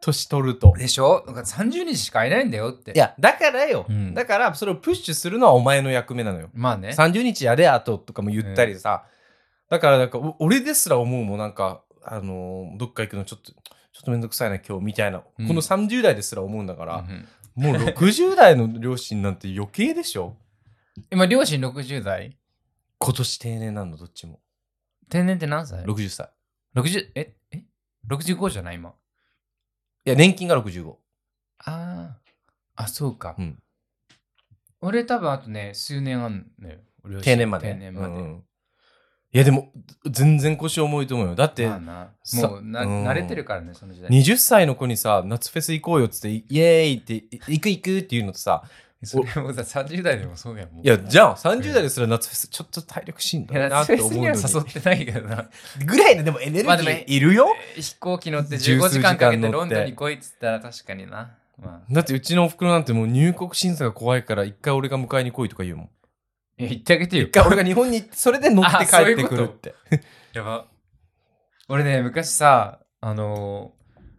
年取ると。
でしょだから ?30 人しかいないんだよって。
いや、だからよ。
うん
だから、それをプッシュするのはお前の役目なのよ。
まあね。
30日やれ、あととかも言ったりさ。だから、なんか、お俺ですら思うもん、なんか、あのーどっか行くのちょっと、ちょっとめんどくさいな、今日、みたいな。
うん
この30代ですら思うんだか
う
ら、
ん
もう60代の両親なんて余計でしょ
今、両親60代
今年定年なの、どっちも。
定年って何歳
60歳。
?60、え、え ?65 じゃない今。
いや、年金が65。
ああ、あ、そうか。
うん
俺多分あとね、数年あんのよ。俺は
定年まで。
定年まで。
うんうんいや、でも、全然腰重いと思うよ。だって、
まあな
さ
もうな、
うん
慣れてるからね、その時代。
20歳の子にさ、夏フェス行こうよっつって、イエーイって、い行く行くっていうのとさ、
それもさ、30代でもそうやもん。
いや、じゃあ、30代ですら夏フェス、ちょっと体力しんど
い
い
や、
なって
夏フ
思
ェ
う
ス
のに
には 誘ってないけど な。
ぐらいの、でもエネルギ
まあでもね
ーいるよ、
飛行機乗って
十
15
数
時間かけ
時間乗
て
って
ロンドンに来いっつったら確かにな。まあ、
だって、うちのおふくろなんてもう入国審査が怖いから、一回俺が迎えに来いとか言うもん。
いや言ってあげて よ
一。回俺が日本に行って、それで乗って帰ってくるって。
やば。俺ね、昔さ、あの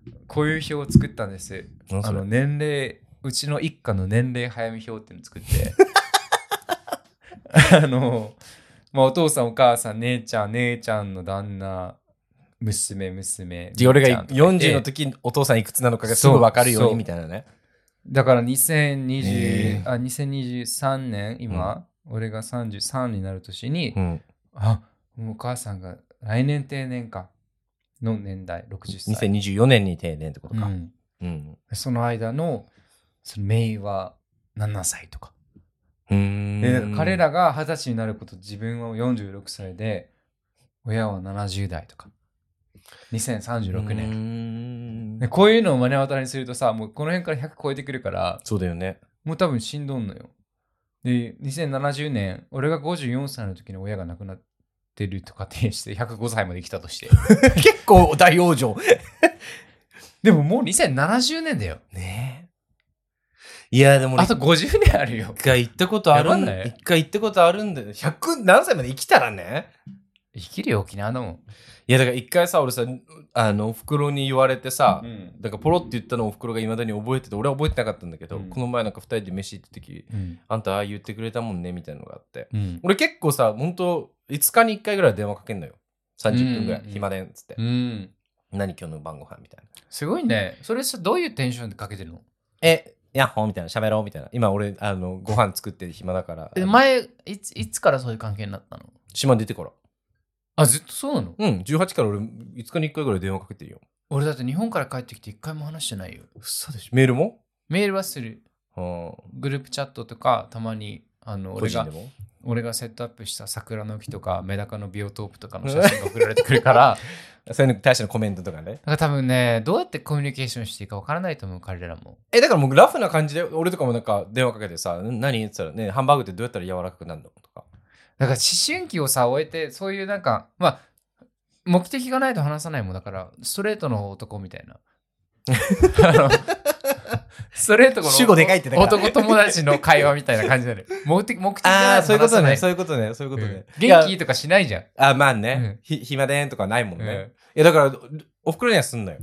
ーこういう表を作ったんです。
なん
あ
それ
の年齢うちの一家の年齢早め表っていうの作って あの、まあ、お父さんお母さん姉ちゃん姉ちゃんの旦那娘娘
で俺が
姉ちゃんとかいて
40の時にお父さんいくつなのかがすぐ分かるよう
そう
にみたいなね。
だから2020、
え
あ2023年今、俺が33になる年に、
うん、
あもうお母さんが来年定年かの年代60歳
2024年に定年ってことか。
うん
うん
その間のそのメイは7歳とか
うー
で
ん
彼らが二十歳になること自分は46歳で親は70代とか2036
年
年でこういうのを目の当たりにするとさもうこの辺から100超えてくるから
そうだよね。
もう多分しんどんのよで2070年俺が54歳の時に親が亡くなってると仮定して105歳まで生きた として
結構大往生。
でももう2070年だよ
ねえ。いや、でも俺
あと50年あるよ
一回行ったことあるん
やば
だ
ない
一回行ったことあるんだよ。100何歳まで生きたらね。
生きるよ沖縄だもん、
いや、だから一回さ、俺さ、あの、おふくろに言われてさ、
ん
なんかポロって言ったのをおふくろがいまだに覚えてて、俺は覚えてなかったんだけど、
うん
この前なんか二人で飯行った時、
うん
あんたああ言ってくれたもんね、みたいなのがあって。
うん
俺結構さ、本当5日に1回ぐらい電話かけんのよ。30分ぐらい、
うん
暇でんっつって、
うん、
何今日の晩ご飯みたいな。
すごいねそれさどういうテンションでかけてるの
え、ヤッホーみたいな、喋ろうみたいな。今俺、あの、ご飯作ってる暇だから。
え前いついつからそういう関係になったの
島出てから。
あずっとそうなの
うん、18から俺、5日に1回ぐらい電話かけてるよ。
俺だって日本から帰ってきて一回も話してないよ
嘘でしょ。メールも
メールはする
うん。
グループチャットとかたまにあの
個
俺
人
が
でも
俺がセットアップした桜の木とかメダカのビオトープとかの写真が送られてくるから
そういうのに対してのコメントとかね。
なんか多分ねどうやってコミュニケーションしていいか分からないと思う彼らも
え、だからもうラフな感じで、俺とかもなんか電話かけてさ、ん何言ってたらね、ハンバーグってどうやったら柔らかくなるのとか。
だから思春期をさ終えてそういうなんかまあ目的がないと話さないもんだからストレートの男みた いなあのストレートの
主語でかいってだから
男友達の会話みたいな感じなのよ目的目的がないと
そういうこ
話
と
さない
ね、そういうことね、そういうこと
うん
ね。
元
い
気とかしないじゃん、
やあ、まあ
うん
ね、ひ暇でんとかないもんね。
うん
いやだからおふくろにはすんのよ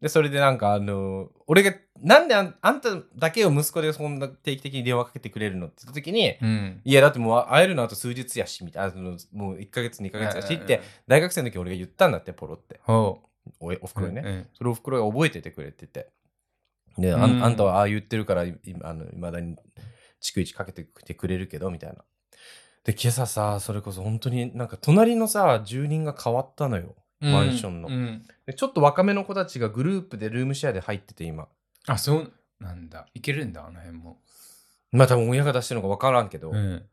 でそれでなんかあの俺がなんであんあんただけを息子でそんな定期的に電話かけてくれるのって言った時に、
うん
いやだってもう会えるのあと数日やしみたいなあのもう1ヶ月2ヶ月やしって大学生の時俺が言ったんだってポロって
ほ
おおふくろ
う
にね、
うん
それをおふくろが覚えててくれててであん
うん
あんたはああ言ってるからいあの未だに逐一かけてきてくれるけどみたいなで今朝さそれこそ本当になんか隣のさ住人が変わったのよマンションの、
うん
でちょっと若めの子たちがグループでルームシェアで入ってて今。
あそうなんだいけるんだあの辺も
まあ多分親が出してるのか分からんけど。
ん、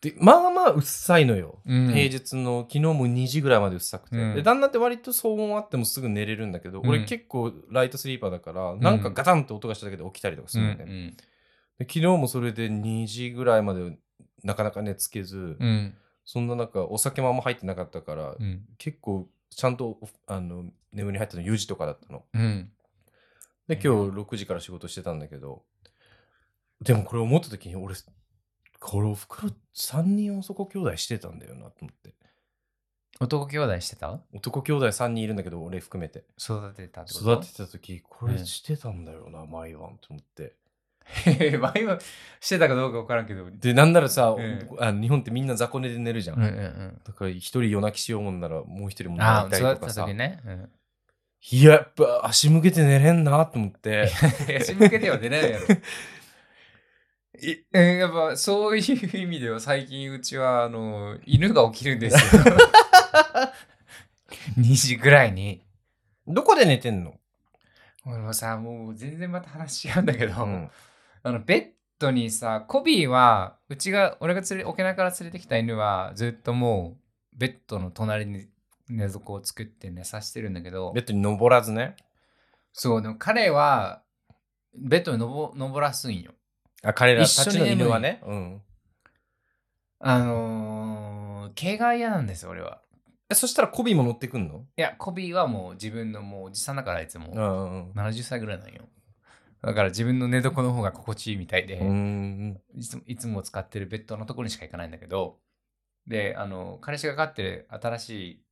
で、まあまあうっさいのよ。
うん
平日の昨日も2時ぐらいまでうっさくて。
うん
で、旦那って割と騒音あってもすぐ寝れるんだけど、
うん
俺結構ライトスリーパーだから、なんかガタンって音がしただけで起きたりとかするんだよね。
ん
で昨日もそれで2時ぐらいまでなかなか寝つけず、
うん
そんな中お酒もあんま入ってなかったから、
うん
結構ちゃんとあの眠りに入ったの4時とかだったの。
うん
でで今日6時から仕事してたんだけどでもこれ思った時に俺これおふくろ3人男兄弟してたんだよなと思って
男兄弟してた
男兄弟3人いるんだけど俺含めて
育てたってこと
育ててた時これしてたんだよな、毎晩と思って
て 前はしてたかどうか分からんけど。うん
でなんならさ、
ええ
あ日本ってみんな雑魚寝で寝るじゃん、
うんうん。
だから一人夜泣きしようもんならもう一人も
あ
泣いたりと
あ、育て
か
た
さ、
時ね。うん
いややっぱ足向けて寝れんなと思って
いや足向けては出ないやろ。 いえやっぱそういう意味では最近うちはあの犬が起きるんです よ。2時ぐらいに。
どこで寝てんの、
俺もさ、もう全然また話違うんだけど、
うん
あのベッドにさ、コビーは、うちが、俺が連れ、沖縄から連れてきた犬は、ずっともう、ベッドの隣に寝床を作って寝させてるんだけど
ベ、ッドに登らずね
そう、でも彼は、ベッドにのぼ登らすんよ。
あ彼ら
一緒
た
に
ちの犬はね、うん、
あのー、毛が嫌なんですよ、俺は。
えそしたらコビも乗ってくんの
いや、コビーはもう自分のもうおじさんだからいつも、
うん
70歳ぐらいなんよ。だから自分の寝床の方が心地いいみたいで、
うん
いつもいつも使ってるベッドのところにしか行かないんだけど、で、あの、彼氏が飼ってる新しい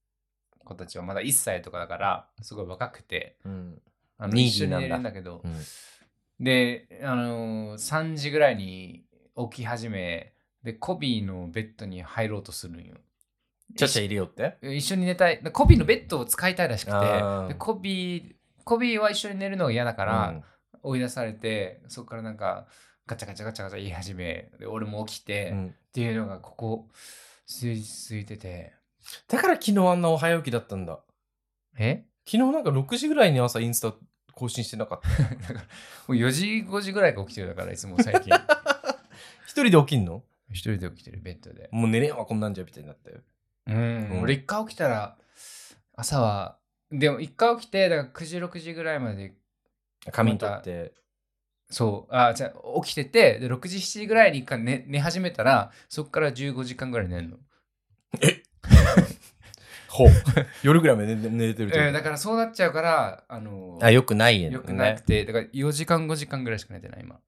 子たちはまだ1歳とかだから、すごい若くて、
うん
あの
ニー
一
ジ
緒
ーなん
に
だ
寝るんだけど、
うん
で、あの、3時ぐらいに起き始め、で、コビーのベッドに入ろうとするんよ。
ちゃちゃ入れようって
一緒に寝たいでコビーのベッドを使いたいらしくて
あー
でコビーコビーは一緒に寝るのが嫌だから、追い出されてそこからなんかガチャガチャガチャガチャ言い始めで俺も起きて、
うん
っ
うん
ていうのがここ数日続いてて
だから昨日あんなお早起きだったんだ
え
昨日なんか6時ぐらいに朝インスタ更新してなかった
もう4時5時ぐらいから起きてるだからいつも最 近
一人で起きんの
一人で起きてるベッドで
もう寝れんわこんなんじゃみたいになったよ
うん、
うん
俺一回起きたら朝はでも一回起きてだから9時6時ぐらいまで
髪取って
そう、あ、じゃあ起きてて、で6時、7時ぐらいに一回寝寝始めたら、そこから15時間ぐらい寝るの。
ほう夜ぐらいまで寝寝れてるってこと
えーだからそうなっちゃうから、あのー
あよくないよね
よくなくて、だから4時間、5時間ぐらいしか寝てない、今。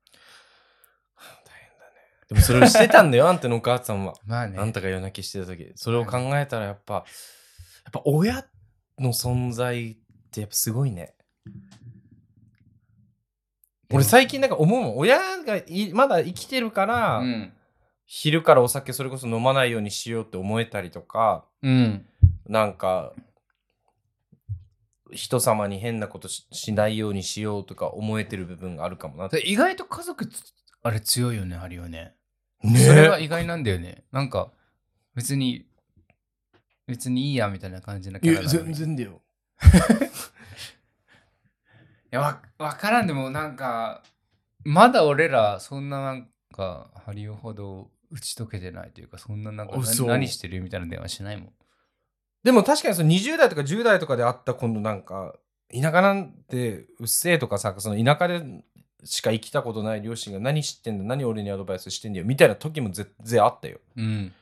でもそれをしてたんだ よあんたのお母さんは
まあ
あん
ね。
たが夜泣きしてた時それを考えたらやっぱやっぱ親の存在ってやっぱすごいね俺最近なんか思うもん親がいまだ生きてるから、
うん。
昼からお酒それこそ飲まないようにしようって思えたりとか
うん。
なんか人様に変なことししないようにしようとか思えてる部分があるかもなって
で意外と家族つ、あれ強いよね、あるよね。
ね
それが意外なんだよね。なんか、別に、別にいいや、みたいな感じなキャラなのに
然だよ
いやわわからんでもなんかまだ俺らそんななんかハリオほど打ち解けてないというかそんななんか
あそう
何何してるみたいな電話しないもん
でも確かにその20代とか10代とかで会った今度なんか田舎なんてうっせえとかさその田舎でしか生きたことない両親が何知ってんだ何俺にアドバイスしてんだよみたいな時も全然あったよ
うん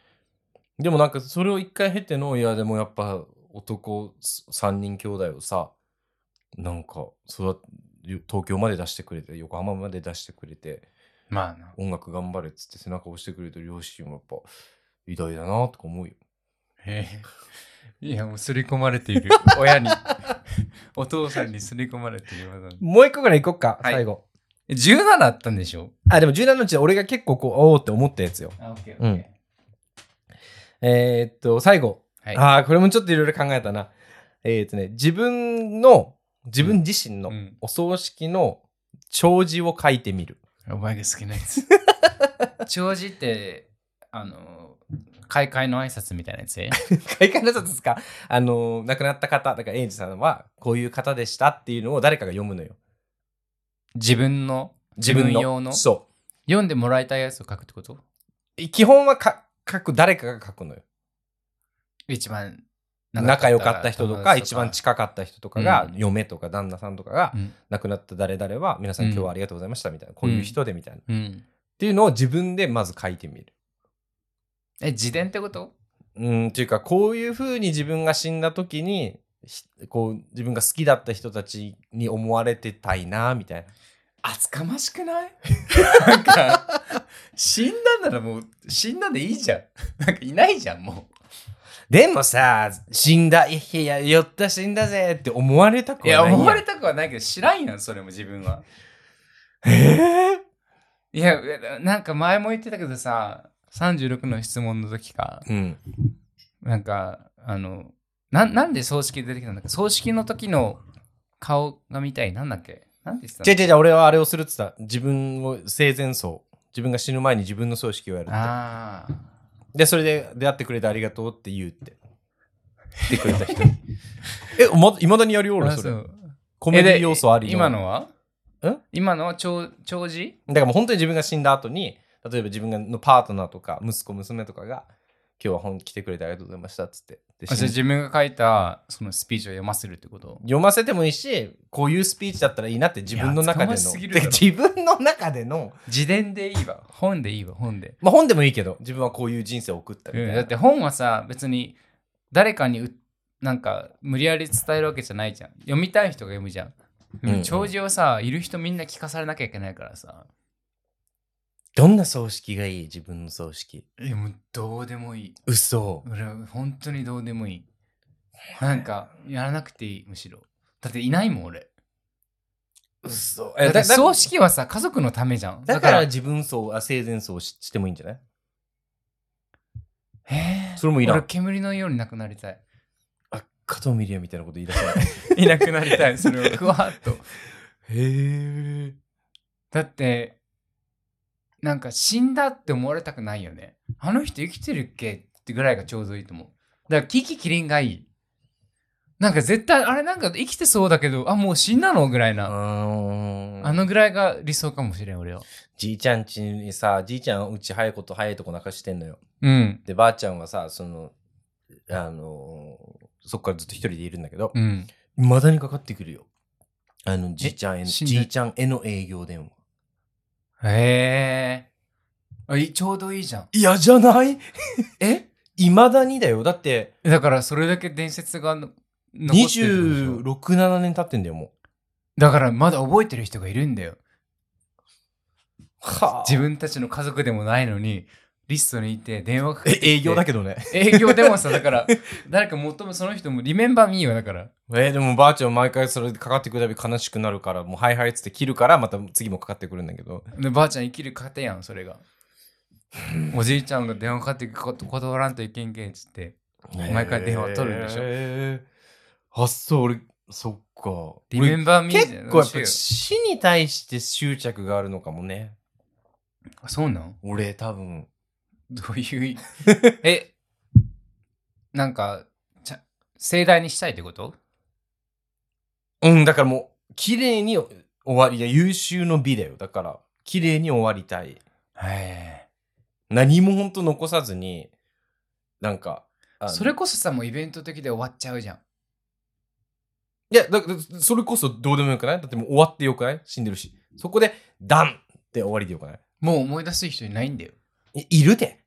でもなんかそれを一回経てのいやでもやっぱ男3人兄弟をさなんか育て東京まで出してくれて横浜まで出してくれて
まあな
音楽頑張れっつって背中を押してくれてる両親もやっぱ偉大だなとか思うよ
へえいやもう刷り込まれてい る親にお父さんに刷り込まれている
もう一個ぐらい行こっか、
はい
最後
17あったんでしょ
あ、でも17のうちで俺が結構こう、おおって思ったやつよ。
あオッケー
ーオッケーえーっと、最後。
はい
ああ、これもちょっといろいろ考えたな。えーっとね、自分の、自分自身の
うん
お葬式の弔辞を書いてみる。
お前が好きなや つ弔辞ってあの開会の挨拶みたいな やつ
開会のやつですかあのー、亡くなった方、だからエイジさんはこういう方でしたっていうのを誰かが読むのよ。
自分の自分用の
そ
読んでもらいたいやつを書くってこと
う。基本はか書く、誰かが書くのよ。
一番
仲良かった人とか、一番
近
近かった人とかが、
うん
嫁とか旦那さんとかが、
うん
亡くなった誰々は、皆さん今日はありがとうございましたみたいな、こういう人でみたいな。
うん、
っていうのを自分でまず書いてみる。
え自伝ってこと
うん、っていうか、こういうふうに自分が死んだ時に、ひこう自分が好きだった人たちに思われてたいなみたいな
厚かましくないなんか、 死んだんならもう、死んだでいいじゃん。なんかいないじゃん、も
でもさ死んだいやいや酔った死んだぜって思われたく
う。いや、
はないやん
思われたくはないけど、知らんやん、それも自分は。えいや、なんか前も言ってたけどさ、36の質問の時か、
うん
なんか、あの、ななんで葬式出てきたんだっけ葬式の時の顔が見たい、なんだっけなんで言って
違
た
う違う違う俺はあれをするって言った自分を生前葬自分が死ぬ前に自分の葬式をやるって
のああ。
でそれで出会ってくれてありがとうって言うって言ってくれた人えまいまだにやるよ俺
あ
それ
う
コメディ要素あり
えで今のは
ん
今のは長長寿
だからもう本当に自分が死んだ後に、例えば自分のパートナーとか、息子、娘とかが、今日は本来てくれてありがとうございましたっつって。で
あじゃ
死ん
あ自分が書いたそのスピーチを読ませるってこと
読ませてもいいし、こういうスピーチだったらいいなって自分の中
いや
で
厚かましすぎ
の。
るだろ
自分の中での。
自伝でいいわ本でいいわ本で、
まあ本でもいいけど、自分はこういう人生を送ったみたいな。
だって本はさ別に誰かにうなんか無理やり伝えるわけじゃないじゃん読みたい人が読むじゃんでも
うんうん
長寿をさ、いる人みんな聞かされなきゃいけないからさ
どんな葬式がいい自分の葬式。
いやもうどうでもいい
嘘。
俺は本当にどうでもいいなんかやらなくていいむしろだっていないもん俺
嘘。え
だっ
だ
て
だ
葬式はさ家族のためじゃん
だから自分葬、あ生前葬ししてもいいんじゃない
えー
それもいらん
俺煙のようになくなりたい
あ、加藤ミリアみたいなこと言い出した。
いなくなりたいそれ をふわっと
へえ。
だってなんか死んだって思われたくないよねあの人生きてるっけってぐらいがちょうどいいと思うだからキキキリンがいいなんか絶対あれなんか生きてそうだけどあもう死んだのぐらいな、あ
あ
のぐらいが理想かもしれん俺は
じいちゃんちにさ、じいちゃんうち早いこと早いとこ泣かしてんのよ。
うん
で、ばあちゃんはさ、その、あのーそっからずっと一人でいるんだけど
う、
い
ん
まだにかかってくるよ。あの、じいちゃんへの、
死んだ
じいちゃんへの営業電話。
へえあいちょうどいいじゃん
いやじゃない
え
いまだにだよ。だって、
だからそれだけ伝説がの残ってるってことでし
26、
ょ
7年経ってんだよ、も
だからまだ覚えてる人がいるんだよ
う。は
自分たちの家族でもないのにリストにいて電話かけて
え
き、て
営業だけどね。
営業でもさ だから誰か求めその人もリメンバーミーよだから
えーでもばあちゃん毎回それでかかってくるたび悲しくなるから、もうはいはいっつって切るから、また次もかかってくるんだけど。
でばあちゃん生きる糧やんそれがおじいちゃんが電話かかってくこと断らんといけんけんっつって毎回電話取るんでしょ
へーあそう俺そっか
リメンバーミーじゃ
結
ん
構やっぱ
どうし
死に対して執着があるのかもね
ようあそうなん
俺多分
どうい う意味えなんかちゃ盛大にしたいってこと
うんだからもう綺麗に終わりいや優秀の美だよだから綺麗に終わりたい
へ
何もほんと残さずになんかあの
えそれこそさもうイベント的で終わっちゃうじゃん
いやだだそれこそどうでもよくないだってもう終わってよくない死んでるしそこで「ダン!」って終わりでよくない
もう思い出す人いないんだよ
いいるで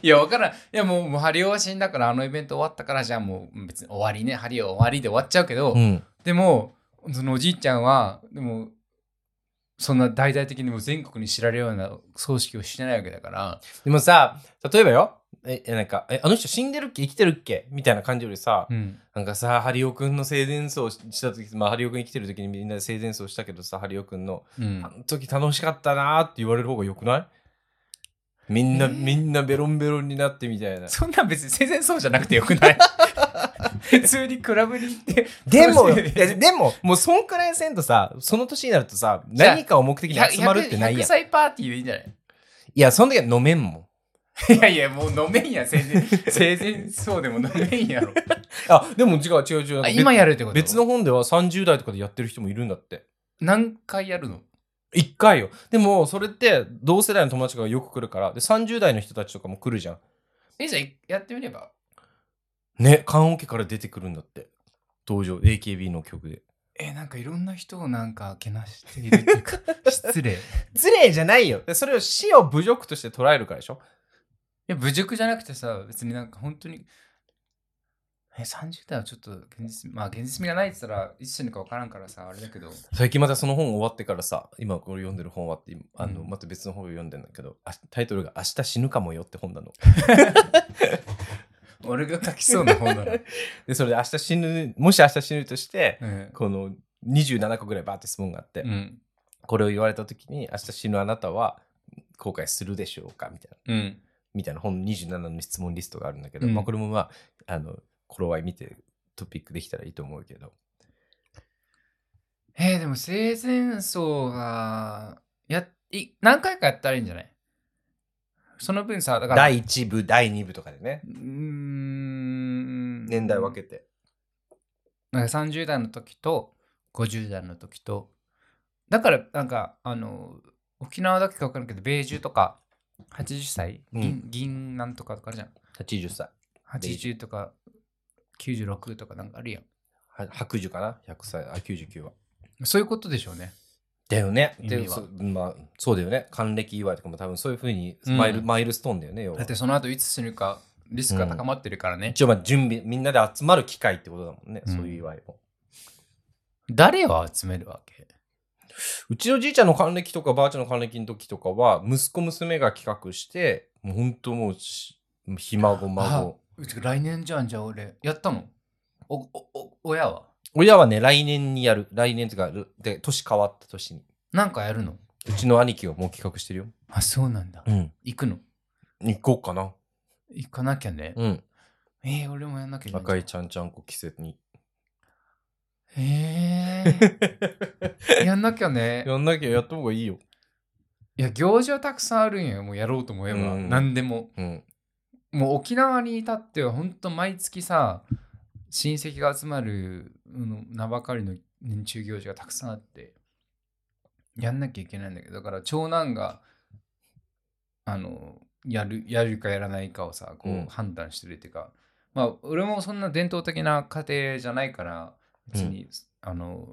いや、わからん。いや、もう、もう、ハリオは死んだから、あのイベント終わったから、じゃあもう、別に終わりね、ハリオ終わりで終わっちゃうけど、
ん
でも、そのおじいちゃんは、でも、そんな大々的にも全国に知られるような葬式をしてないわけだから、
でもさ、例えばよ、え、えなんか、え、あの人死んでるっけ生きてるっけみたいな感じよりさ、
うん。なん
なんかさ、ハリオくんの生前葬しした時、まあ、ハリオくん生きてる時にみんなで生前葬したけどさ、ハリオくんの、あの時楽しかったなーって言われる方がよくないみんな、
えー
みんなベロンベロンになってみたいな。
そんなん別に生前葬じゃなくてよくない普通にクラブに行って、
でも、
そう
いやでも、もうそんくらいせんとさ、その年になるとさ、
じゃあ
何かを目的に集まるってない
100, 100
やん。い
歳パーティーでいいんじゃない
や、その時は飲めんもん。
いやいや、もう飲めんや、生前、生前葬でも飲めんやろ。
あ、でも違う違う違う。なん
あ
か
今やるってこと
別の本では30代とかでやってる人もいるんだって。
何回やるの
一回よ。でも、それって、同世代の友達がよく来るから、で、30代の人たちとかも来るじゃ
え、じゃあやってみれば
ん。ね、棺桶から出てくるんだって。登場、AKB の曲で。
えなんかいろんな人をなんかけなしているっていう か失礼い
失礼じゃないよ。でそれを死を侮辱として捉えるからでしょ
や侮辱じゃなくてさ別になんか本当にえ30代はちょっと現実味まあ現実味がないって言ったら一緒にか分からんからさあれだけど
最近またその本終わってからさ今これ読んでる本終わって今あの、
うん
また別の本を読んでんだけどあタイトルが「明日死ぬかもよ」って本なの
俺が書きそうな本だな、
でそれで明日死ぬもし明日死ぬとして
うん
この27個ぐらいバーって質問があって、
うん
これを言われた時に明日死ぬあなたは後悔するでしょうかみたいな
うん
みたいな本27の質問リストがあるんだけど、
うん
まあこれもまああの頃合い見てトピックできたらいいと思うけど
えー、でも生前葬がやい何回かやったらいいんじゃないその分さだから
第1部第2部とかでね
うーん
年代分けて、
なんか30代の時と50代の時とだからなんかあの沖縄だけか分かるけど米中とか80歳
うん
銀,、銀なんとかとかあるじゃん
80歳
80とか96とかなんかあるやん
は白寿かな100歳あ99は
そういうことでしょうね
だよね
意味は
でそ,、まあ、そうだよね還暦祝いとかも多分そういうふうに
うん
マイル、マイルストーンだよね要は
だってその後いつ死ぬかリスクが高まってるからね、
一応まあ準備みんなで集まる機会ってことだもんね、
うん
そういう祝いも
誰を集めるわけ
うちのじいちゃんの還暦とかばあちゃんの還暦の時とかは息子娘が企画してもう本当もうしひ孫
あ
孫
うち来年じゃんじゃあ俺やったのおおお親は
親はね来年にやる来年とかるで年変わった年に
なんかやるの
うちの兄貴がもう企画してるよ
あそうなんだ、
ん
行くの
行こうかな
行かなきゃね、
うん
えー、俺もやんなきゃいけない
赤いちゃんちゃんこ着せに
え ーやんなきゃね
やんなきゃやった方がいいよ
いや行事はたくさんあるんよもうやろうと思えば、
うん
何でも
うん
もう沖縄に至っては本当毎月さ親戚が集まるうん名ばかりの年中行事がたくさんあってやんなきゃいけないんだけどだから長男があのやるやるかやらないかをさこ
うん
う判断してるっていうか、まあ俺もそんな伝統的な家庭じゃないから別に、あの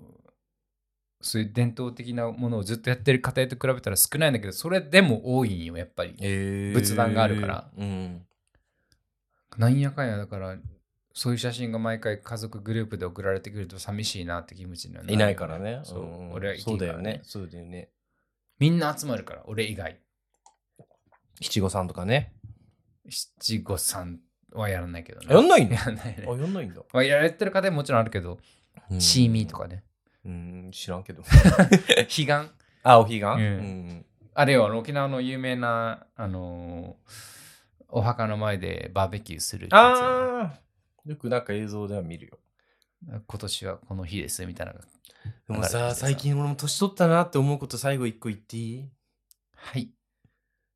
そういう伝統的なものをずっとやってる家庭と比べたら少ないんだけどそれでも多いんよやっぱり。
仏
仏壇があるから
うん
なんやかんやだからそういう写真が毎回家族グループで送られてくると寂しいなって気持ちにはる
いないからね
そう、
ん
俺は生
そ
き
う
る
だ
から
よねそうだよね
みんな集まるから俺以外
七五三とかね
七五三はやらないけどね
やんないの
やらないね
あやんないんだ
まあやられてる家庭ももちろんあるけど、
うん
シーミーとかね
うん知らんけ ど
彼岸
あお彼岸、うん
あれよあの沖縄の有名なあのーお墓の前でバーベキューするってやつよ
ああよくなんか映像では見るよ
今年はこの日ですみたいなのが
で
で
も
もさ
さ最近俺も年取ったなって思うこと最後一個言っていい
はい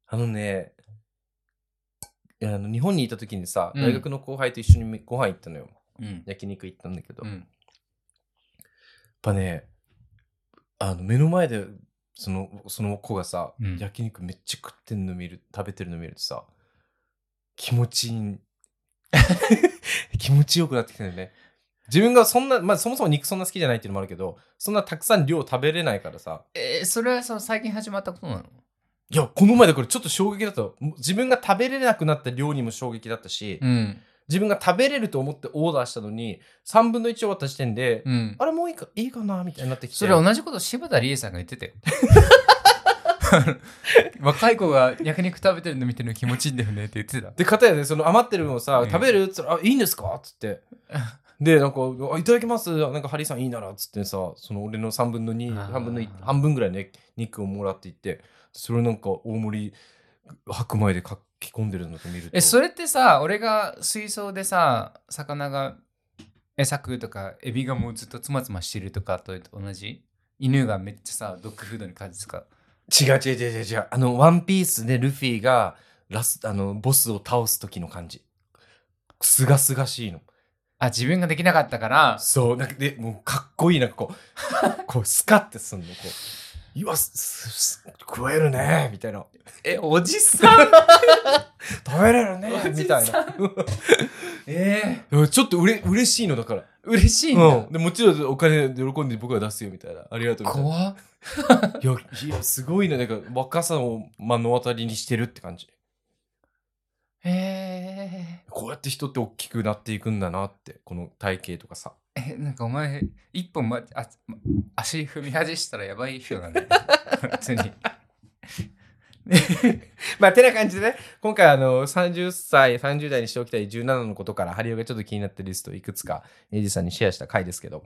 あのねいやあの日本にいた時にさ
うん
大学の後輩と一緒にご飯行ったのよ、
うん
焼肉行ったんだけど、
う
やっぱ
ん
ねあの目の前でそのその子がさ、
うん
焼肉めっちゃ食ってんの見る食べてるの見るとさ気持ちいい 気持ちよくなってきたよね自分がそんな、まあ、そもそも肉そんな好きじゃないっていうのもあるけどそんなたくさん量食べれないからさ
えーそれはその最近始まったことなの
いやこの前でこれちょっと衝撃だったもう自分が食べれなくなった量にも衝撃だったし、
うん
自分が食べれると思ってオーダーしたのに3分の1終わった時点で、
うん
あれもういいかいいかなみたいになってきて
それ同じこと柴田理恵さんが言ってたよ。若い子が焼肉食べてるの見てるの気持ちいいんだよねって言ってた。
で、片やで、その余ってるのをさ、
うん
食べるっつったら、あ、いいんですかっつ って。で、なんか、あいただきます。なんか、ハリーさんいいなら、っつってさ、その俺の3分の2、
あー
半分の一半分ぐらいね、肉をもらっていって、それをなんか、大盛り、白米で書き込んでるのと見ると。
え、それってさ、俺が水槽でさ、魚が餌食うとか、エビがもうずっとつまつましてるとかと同じ犬がめっちゃさ、ドッグフードに感じつか。
違う違う違う違う違う。あの、ワンピースでルフィが、ラス、あの、ボスを倒す時の感じ。すがすがしいの。
あ、自分ができなかったから、
そう、なんか、で、もう、かっこいい、なんかこう、 こう、スカってすんの、こう。いわすすす食えるねみたいな
え、おじさん
食べれるね
おじさん
みたいな。
え
うんちょっとうれ嬉しいのだから。
ー、嬉しいんだ。
うん。でもちろんお金喜んで僕は出すよみたいな。ありがとうみたいな。
怖っ
いや、いやすごいね。なんか若さを目の当たりにしてるって感じ。
ええ
こうやって人って大きくなっていくんだなってこの体型とかさ
ー、えなんかお前一本、ま、あま足踏み外したらやばい人なんだね本当に
まあてな感じでね今回あの30歳30代にしておきたい17のことからハリオがちょっと気になったリストをいくつかエイジさんにシェアした回ですけど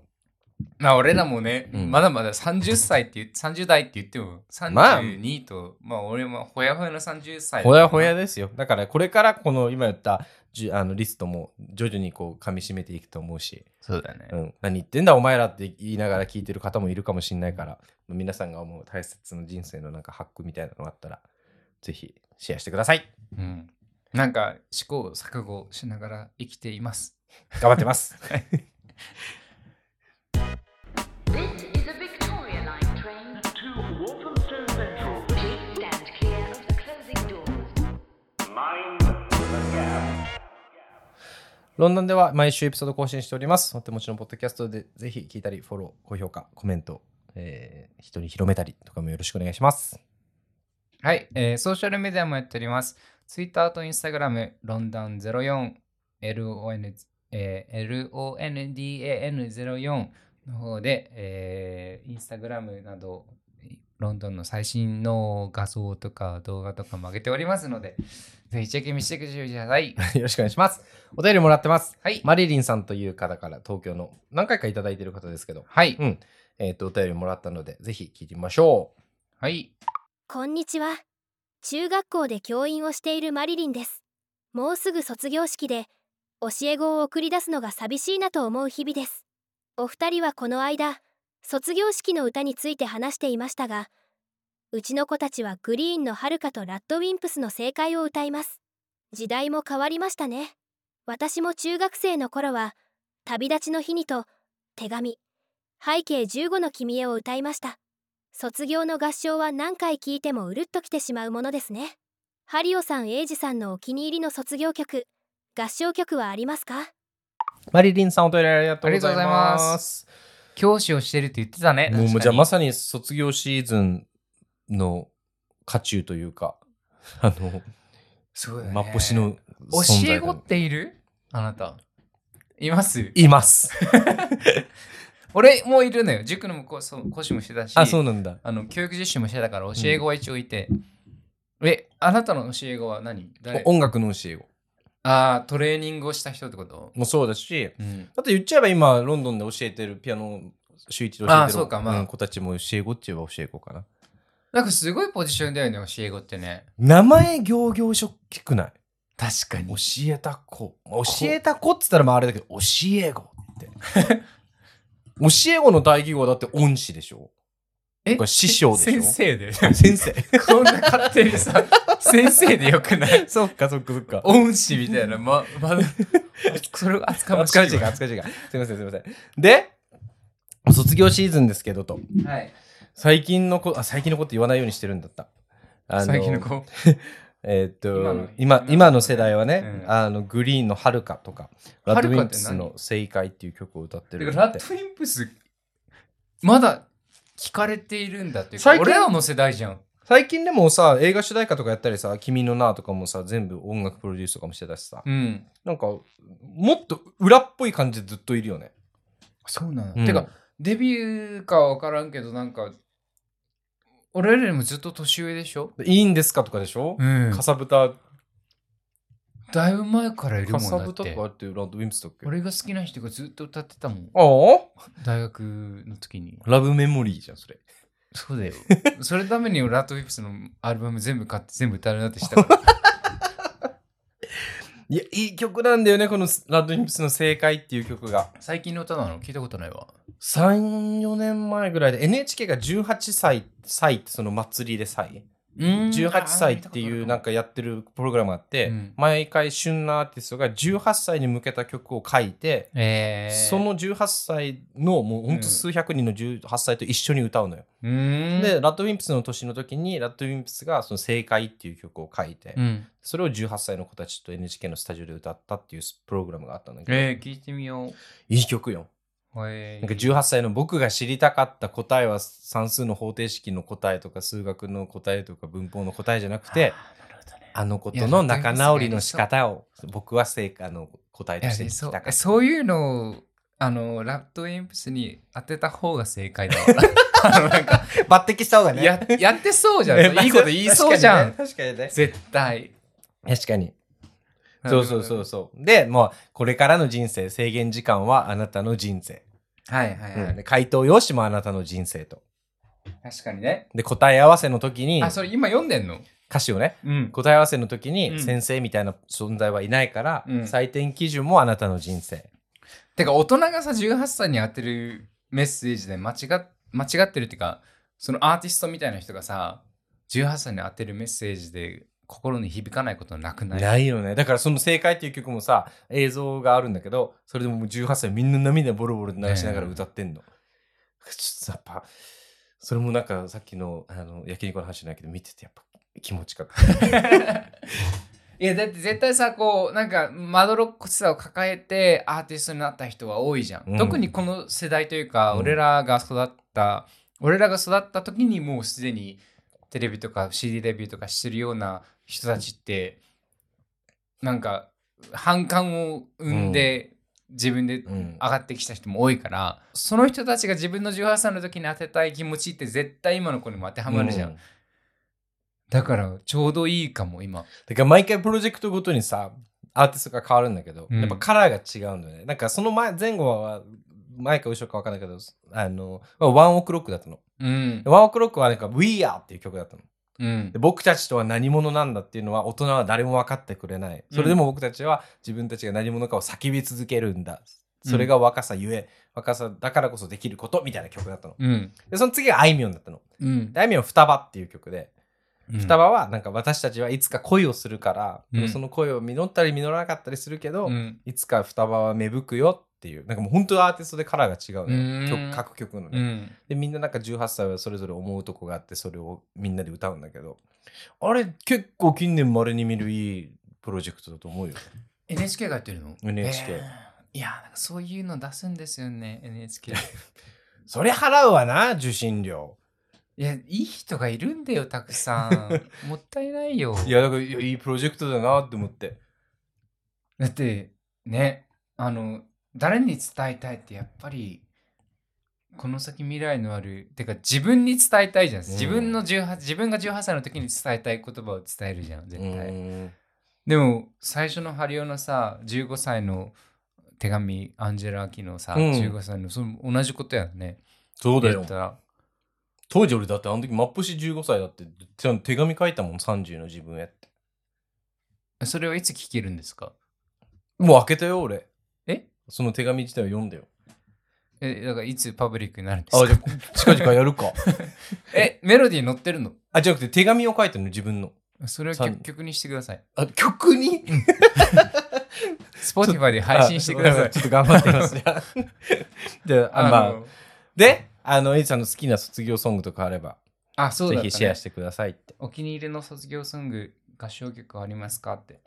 まあ俺らもね、
うん
まだまだ30歳って言って30代って言っても
まあ
32と、まあ、俺もほやほやの30歳
ほやほやですよだからこれからこの今言ったじゅあのリストも徐々にこう噛み締めていくと思うし、
そうだね
うん、何言ってんだお前らって言いながら聞いてる方もいるかもしれないからまあ皆さんが思う大切な人生のなんかハックみたいなのがあったらぜひシェアしてください
うん、なんか試行錯誤しながら生きています
頑張ってます
This is a Victoria Line train.
to Walthamstow Central.
Please stand clear of the closing doors.
Mind the gap.
ロンドンでは毎週エピソード更新しております。お手持ちのポッドキャストでぜひ聞いたり、フォロー、高評価、コメント、えー、人に広めたりとかもよろしくお願いします。
はい、えーソーシャルメディアもやっております。Twitter と Instagram、ロンダウン04、LON、えー LONDAN04 の方で、えー、Instagram など、ロンドンの最新の画像とか動画とかも上げておりますので、ぜひチェックしてください。
よろしくお願いします。お便りもらってます。
はい。
マリリンさんという方から東京の何回かいただいてる方ですけど、
はい。
うん。えっ、と、お便りもらったので、ぜひ聞いてみましょう。
はい。
こんにちは。中学校で教員をしているマリリンです。もうすぐ卒業式で、教え子を送り出すのが寂しいなと思う日々です。お二人はこの間、卒業式の歌について話していましたが、うちの子たちはグリーンの遥かとラッドウィンプスの正解を歌います。時代も変わりましたね。私も中学生の頃は、旅立ちの日にと、手紙、背景15の君へを歌いました。卒業の合唱は何回聴いてもうるっときてしまうものですねハリオさんエイジさんのお気に入りの卒業曲合唱曲はありますか
マリリンさん、お便りありがとうござい
ありがとうござい
ま。
ます教師をしてるって言ってたね。
もうも
確
う、
か
じゃあ
に
まさに卒業シーズンの渦中というか、あ の、
そうだね
まっぽしの
教
存
え
在が
子っているあなた。います
います。
俺もいるのよ。塾のこうそう講師もしてたし、
あ、そうなんだ。
あの教育実習もしてたから教え子は一応いて。え、あなたの教え子は何誰
音楽の教えを。
ああ、トレーニングをした人ってこと
もうそうだし、
うん。
だって言っちゃえば今、ロンドンで教えてるピアノ、週一で教え
あ
て
そ
る
うかまあ
ん子たちも教え子って言えば教え子かな。
なんかすごいポジションだよね、教え子ってね。
名前行々しょっきくない
確か
教。えた子。まあ教えた子って言ったらまああれだけど、教え子って。 教え子の大義語はだって恩師でしょ
え
これ師匠でしょ
先生 で。
先 生。
こんな勝手にさ、先生でよくない
そっかそっかそっか。
恩師みたいな、ま、ま、それ
懐
扱わしいわ
かしいか、懐かしいか。すいません、すいません。で、卒業シーズンですけどと。
はい。
最近の子、あ、最近の子って言わないようにしてるんだった。あ
最近の子。
えーっ
今
と
の
今今の世代はね、
うん
あのグリーンの「はるか」とか「ラッドウィンプスの「正解」っていう曲を歌って
て
る
か
んだ
ラ
って
ッドインプス、まだ聞かれているんだっていうか、
最近
俺らの世代じゃん。
最近でもさ映画主題歌とかやったりさ「君の名」とかもさ全部音楽プロデュースとかもしてたしさ、
うん。
なんかもっと裏っぽい感じでずっといるよね
そうなの、
うん
てか、デビューかは分からんけど、なんか、俺らよりもずっと年上でしょ
「いいんですか?」とかでしょ、
ん
かさぶた
だいぶ前からいるも
か
ん
さ
だっ
ぶた
て
とか。あってラッドウィンプスだっけあ
俺が好きな人がずっと歌ってたもん。
あ
大学の時に。
ラブメモリーじゃんそれ
そうだよ。 それのために俺ラッドウィップスのアルバム全部買って全部歌えるなってした から。
いやいい曲なんだよねこの「ラッドウィンプスの正解」っていう曲が
最近の歌なの聞いたことないわ。
34年前ぐらいで NHK が18歳歳ってその祭りで歳18歳っていうなん
か。
かやってるプログラムがあって、
うん
毎回旬なアーティストが18歳に向けた曲を書いて、
えー、
そ、の18歳のもうほんと数百人の18歳と一緒に歌うのよ、
うーん。
でラッドウィンプスの年の時にラッドウィンプスがその正解っていう曲を書いて、
うん。
それを18歳の子たちと NHK のスタジオで歌ったっていうプログラムがあったんだけど、
えー、聞いてみよう。
いい曲よ
はい。
なんか18歳の僕が知りたかった答えは算数の方程式の答えとか数学の答えとか文法の答えじゃなくて
なるほどね。
あのこと
いや
の仲直りの仕方を僕は正解の答え
い
と
や
して聞き
そ
た
う
かった。
そういうのをあのラットインプスに当てた方が正解 だわあのなんか
抜擢した方がね。
ややってそうじゃん、
ね
いいこと言いそうじゃん、
確かにね。
絶対
確かに。そうそうそうそう。で、もう、これからの人生、制限時間はあなたの人生。
はいはいはい、
うんで回答用紙もあなたの人生と。
確かにね
で、答え合わせの時に、
あそれ今読んでんの
歌詞をね、
うん
答え合わせの時
う
に
ん
先生みたいな存在はいないから、
うん
採点基準もあなたの人生。
てか大人がさ18歳に当てるメッセージで間違っ間違ってるっていうかそのアーティストみたいな人がさ18歳に当てるメッセージで心に響かないことなくない
ないよね。だからその正解っていう曲もさ、映像があるんだけど、それでももう18歳みんな涙ボロボロ流しながら歌ってんの。ちょっとやっぱ、それもなんかさっきのあの焼肉の話じゃないけど、見ててやっぱ気持ちよか った。
いやだって絶対さこうなんかまどろっこしさを抱えてアーティストになった人は多いじゃん、
うん
特にこの世代というか、
うん
俺らが育った俺らが育った時にもうすでにテレビとか CD レビューとかしてるような人たちってなんか反感を生んで、自分で
うん
上がってきた人も多いから、その人たちが自分の18歳の時に当てたい気持ちって絶対今の子にも当てはまるじゃん、
うん
だからちょうどいいかも今
だから毎回プロジェクトごとにさ、アーティストが変わるんだけど、
うん
やっぱカラーが違うんだよね。なんかその前前後は、前か後ろか分かんないけど、あの、ワンオクロックだったの。
うん
ワンオクロックはなんか We Are っていう曲だったの。
うん
で僕たちとは何者なんだっていうのは大人は誰も分かってくれない。それでも僕たちは自分たちが何者かを叫び続けるんだ。それが若さゆえ、若さだからこそできることみたいな曲だったの。
うん
で、その次があいみょんだったの。
うん
であいみょん双葉っていう曲で、
うん
双葉はなんか私たちはいつか恋をするから、
うん
その恋を実ったり実らなかったりするけど、
うん
いつか双葉は芽吹くよっていう、なんかもう本当アーティストでカラーが違うのよ。
うん
曲各曲のね。
うん
でみんななんか18歳はそれぞれ思うとこがあってそれをみんなで歌うんだけどあれ結構近年まれに見るいいプロジェクトだと思うよ
NHK がやってるの
NHK
えーいやなんかそういうの出すんですよね NHK
それ払うわな受信料
いやいい人がいるんだよたくさんもったいないよ
いやだからいやいいプロジェクトだなって思って
だってねあの誰に伝えたいってやっぱりこの先未来のあるてか自分に伝えたいじゃん、自分の18自分が18歳の時に伝えたい言葉を伝えるじゃん絶対、
うん
でも最初のハリオのさ15歳の手紙アンジェラ・アキのさ、
うん
15歳のその同じことやんね
そうだ
言
よ
ったら
当時俺だってあの時マップし15歳だってちゃんと手紙書いたもん30の自分へって
それはいつ聞けるんですか
もう開けたよ俺
え
その手紙自体を読んだよ
えだからいつパブリックになるんです
あじゃ
か
あ近々やるか
えメロディー載ってるの
あじゃなくて手紙を書いたの自分の
それを
さん
曲曲にしてください
あ曲に
Spotify で配信してくださ
あ
い
ちょっと頑張ってみ ます。じゃあで、あまあ、で、あの、エイジさんの好きな卒業ソングとかあれば、
あそ
ぜ
うだった、ね、
ひシェアしてくださいって。
お気に入りの卒業ソング合唱曲ありますかって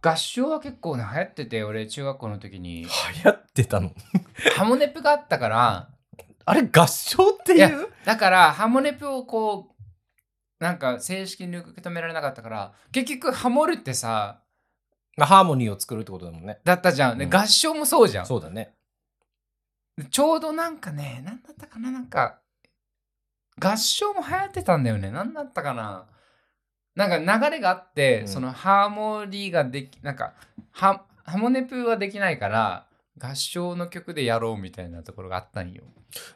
合唱は結構ね流行ってて俺中学校の時に
流行ってたの。
ハモネプがあったから
あれ、合唱って
い
い
や
う
だからハモネプをこうなんか正式に受け止められなかったから結局ハモるってさ
ハーモニーを作るってことだもんね。
だったじゃん、で
うん
合唱もそうじゃん
そうだね。
でちょうどなんかね何だったかななんか合唱も流行ってたんだよね何だったかななんか流れがあって、
うん
そのハーモリーができなんかハハモネプはできないから合唱の曲でやろうみたいなところがあったんよ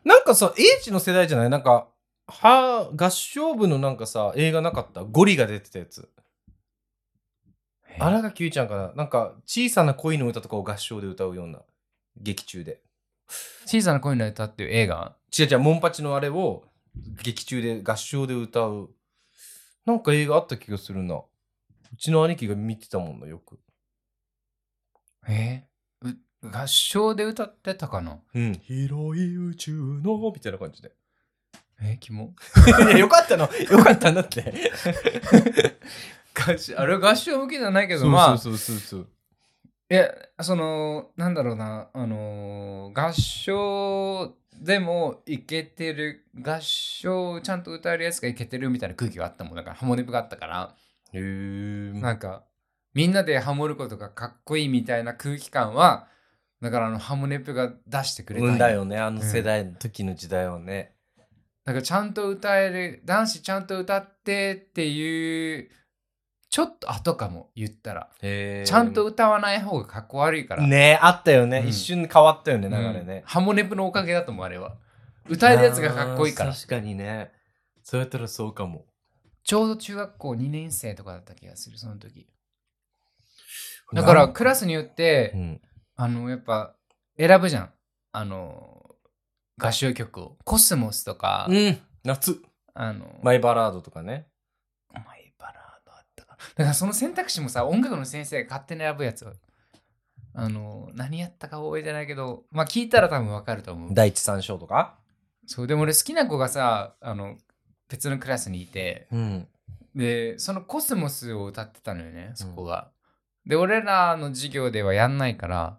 なんかさ、エイジの世代じゃないなんか、は合唱部のなんかさ、映画なかったゴリが出てたやつ。荒垣結衣ちゃんかななんか、小さな恋の歌とかを合唱で歌うような劇中で。
小さな恋の歌っていう映画
違う違う、モンパチのあれを劇中で合唱で歌う。なんか映画あった気がするな。うちの兄貴が見てたもんな、よく。
えーう合唱で歌ってたかな
うん。広い宇宙の、みたいな感じで。
えー、キモ
いや、よかったの。よかったんだって。
合唱 あれ合唱向きじゃないけど
そう
まあ
そうそうそう。
いやそのなんだろうなあのー合唱でもいけてる合唱ちゃんと歌えるやつがいけてるみたいな空気があったもんだからハモネプがあったから
へー
なんかみんなでハモることがかっこいいみたいな空気感はだからあのハモネプが出してくれたん
うん
よ
だよね、あの世代の時の時代はね。
なんかちゃんと歌える男子ちゃんと歌ってっていうちょっと後かも言ったら
へー
ちゃんと歌わない方がかっこ悪いから、
ねあったよね、
うん
一瞬変わったよね、
う
流
ん
れね。
ハモネプのおかげだと思うあれは歌えるやつがかっこいいか
あ
ら
ー確かにね。そうやったらそうかも。
ちょうど中学校2年生とかだった気がするその時だからクラスによって、
うん、
あのやっぱ選ぶじゃんあの合唱曲をコスモスとか、
うん、夏、
あの
マイバラードとかね。
マイバラードあったかなだからその選択肢もさ音楽の先生が勝手に選ぶやつあの何やったか覚えてないけどまあ聞いたら多分わかると思う
第一三章とか。
そうでも俺好きな子がさあの別のクラスにいて
うん。
でそのコスモスを歌ってたのよねそこが、で俺らの授業ではやんないから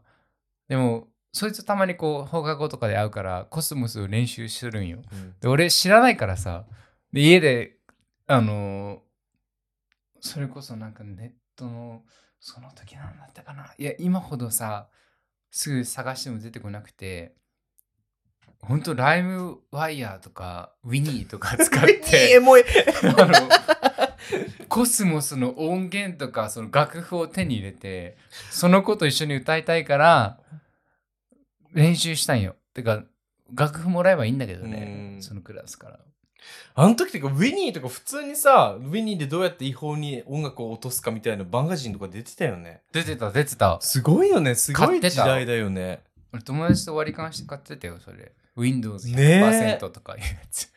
でもそいつたまにこう放課後とかで会うからコスモスを練習するんよで俺知らないからさで家であのーそれこそなんかネットのその時なんだったかないや今ほどさすぐ探しても出てこなくてほんとライムワイヤーとかウィニーとか使って
もい。
あのコスモスの音源とかその楽譜を手に入れてその子と一緒に歌いたいから練習したんよてか楽譜もらえばいいんだけどね
うん
そのクラスから
あの時とか、ウィニーとか普通にさ、ウィニーでどうやって違法に音楽を落とすかみたいなマガジンとか出てたよね。
出てた出てた
すごいよね、すご
買
い
ってた
時代だよね。
俺友達と割り勘して買ってたよそれ
ねえ
Windows100% とかいうやつ、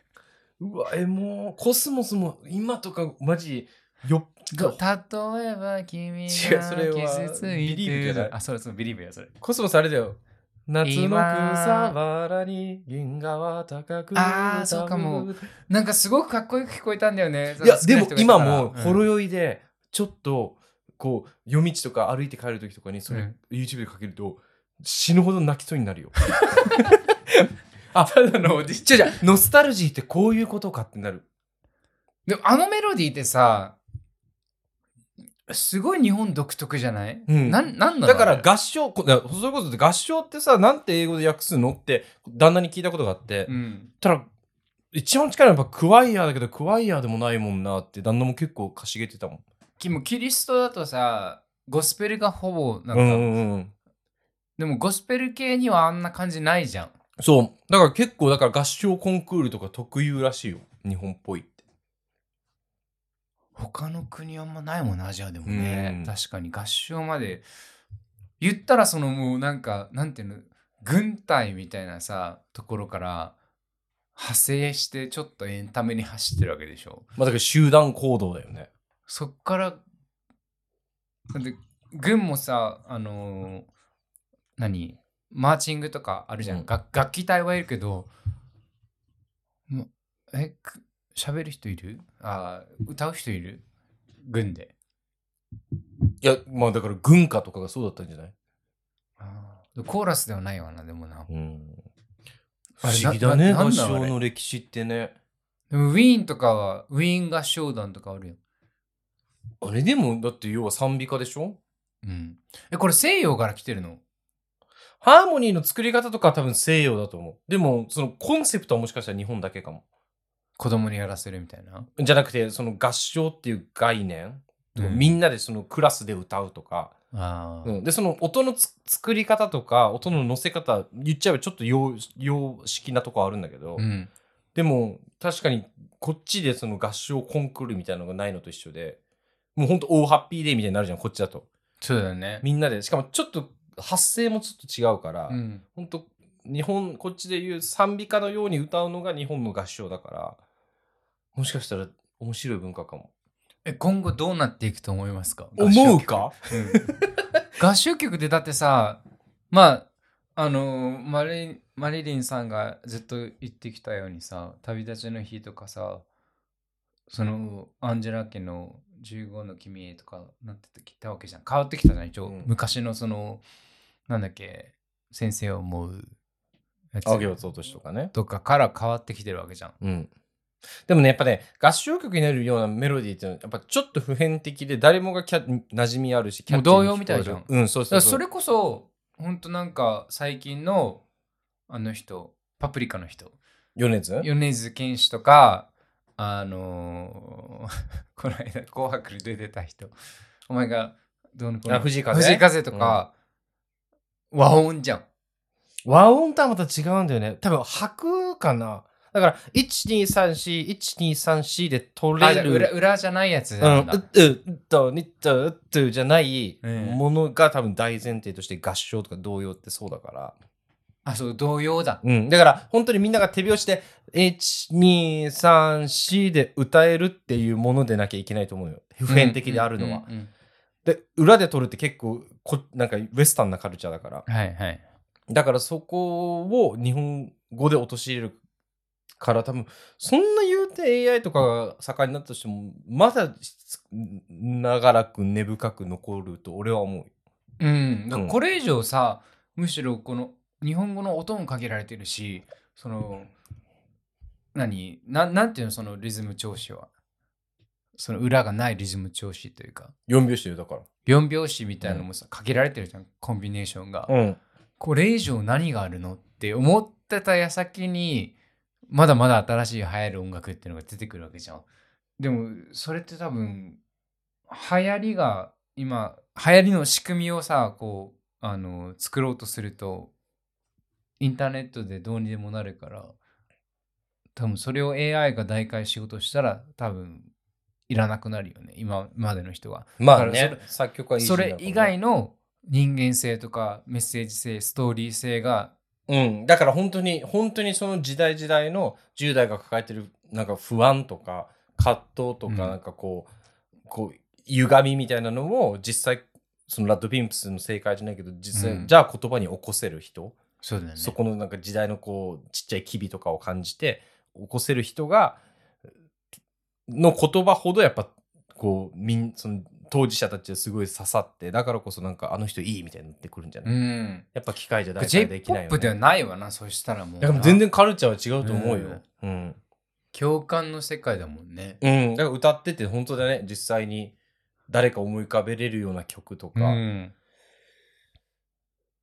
うわ、え、もう、コスモスも今とかマジ、よっ、
例えば
違
君
うそれは
が傷つい
ビリーブ
て
じゃない
るあそれそのビリーブやそれ
コスモスあれだよ。夏の
今
草原に銀河は高く
あーそうかもなんかすごくかっこよく聞こえたんだよね
いや、でも
好きな人がいた
今
から
も、ほろ酔いで、ちょっと、こう、夜道とか歩いて帰る時とかに、それ、
うん
YouTube でかけると、死ぬほど泣きそうにな るよ。 あ、
うんあのおじいちゃん
違う違う、ノスタルジーってこういうことかってなる。
でもあのメロディーってさすごい日本独特じゃない、
うん
なんなんなの
だから
あれ
合唱、こだそういうことで合唱ってさ、なんて英語で訳すのって、旦那に聞いたことがあって、
うん
たら、一番近いのはやっぱクワイヤーだけど、クワイヤーでもないもんなって、旦那も結構かしげてたもん。
きもうキリストだとさゴスペルがほぼ
う
なんか、
んうんうん。
でもゴスペル系にはあんな感じないじゃん
そう。だから結構、だから合唱コンクールとか特有らしいよ。日本っぽいって。
他の国あんまないもんなアジアでも
う
ね、
ん
確かに合唱まで言ったらそのもうなんかなんていうの軍隊みたいなさところから派生してちょっとエンタメに走ってるわけでしょ
まあだから集団行動だよね。
そっから、だって軍もさ、あのー何マーチングとかあるじゃん。
うん
が楽器隊はいるけど、もえ、く喋る人いるあー歌う人いる軍で。
いや、まあだから軍歌とかがそうだったんじゃない
あーコーラスではないわな、でもな。
うん。不
あれ
思議だね、
なな
合
なんなんあ
唱
れ
の歴史ってね。
でもウィーンとかは、ウィーン合唱団とかあるよ。
あれでも、だって要は賛美歌でしょ
うん。え、これ西洋から来てるの
ハーモニーの作り方とかは多分西洋だと思う。でも、そのコンセプトはもしかしたら日本だけかも。
子供にやらせるみたいな。
じゃなくて、その合唱っていう概念、
うん
みんなでそのクラスで歌うとか、
あ
う
ー
んで、その音のつ作り方とか、音の乗せ方、言っちゃえばちょっと様様式なとこあるんだけど、
うん。
でも、確かにこっちでその合唱コンクールみたいなのがないのと一緒で、もうほんと大ハッピーデーみたいになるじゃん、こっちだと。
そうだよね。
みんなで、しかもちょっと発声もちょっと違うから、
うん。
本当日本こっちでいう賛美歌のように歌うのが日本の合唱だからもしかしたら面白い文化かも
え、今後どうなっていくと思いますか
思うか
合唱曲でだってさまああのーマリマリリンさんがずっと言ってきたようにさ「旅立ちの日」とかさそのアンジェラ家の「15の君へ」とかなってきたわけじゃん変わってきたじゃん一応、
うん
昔のそのなんだっけ先生を思うやつ
あげ落としとかね
とかから変わってきてるわけじゃん
うんでもね、やっぱね、合唱曲になるようなメロディーっていうのは、やっぱちょっと普遍的で、誰もがキャ馴染みあるし、キャッチーに
もう童謡みたいじゃん
聞こえるうん、そう
だか
そう
ら
そう。
それこそ本当なんか最近のあの人パプリカの人
米津
米津玄師とかあのー この間「紅白」で出てた人お前がどうのこうの
あ藤井風
藤井風とか、和音じゃん
和音とはまた違うんだよね。多分、白かな。だから、1234、1234で取
あ
れ
じゃあ
る。
裏裏じゃないやつ
うん、う
なんだ、
っ、うっと、にっと、うっとじゃない
ええ
ものが多分大前提として合唱とか童謡ってそうだから。
あそう同様だ
うん。だから、本当にみんなが手拍子で、1、2、3、4で歌えるっていうものでなきゃいけないと思うよ。普遍的であるのは。
うんうん
で、裏で取るって結構こ、なんかウエスタンなカルチャーだから。
うんはいはい
だからそこを日本語で陥れるから多分そんな言うて AI とかが盛んになったとしてもまだ長らく根深く残ると俺は思う
うん、だからこれ以上さ、むしろこの日本語の音も限られてるしその何ななんていうのそのリズム調子はその裏がないリズム調子というか
4拍子でだか
4拍子みたいなのもさ、限られてるじゃんコンビネーションが、
らうん
これ以上何があるのって思ってた矢先にまだまだ新しい流行る音楽っていうのが出てくるわけじゃんでもそれって多分流行りが今流行りの仕組みをさこうあの作ろうとするとインターネットでどうにでもなるから多分それを AI が代替しようとしたら多分いらなくなるよね今までの人は
まあ
だか
ね作曲はいい
それ以外の人間性とかメッセージ性ストーリー性が
うんだから本当に本当にその時代時代の10代が抱えてるなんか不安とか葛藤とか
うん
なんかこう、こう歪みみたいなのを実際そのラッドピンプスの正解じゃないけど実際、
うん
じゃあ言葉に起こせる人、
そうだよね
そこのなんか時代のこうちっちゃい機微とかを感じて起こせる人がの言葉ほどやっぱこうみんその当事者たちはすごい刺さってだからこそなんかあの人いいみたいになってくるんじゃない、
うん
やっぱ機械じゃ大体できないよ、ね、
J-POP ではないわなそしたらもう
だから全然カルチャーは違うと思うよ、うん
共感の世界だもんね
うん、だから歌ってて本当だね実際に誰か思い浮かべれるような曲とか、
うん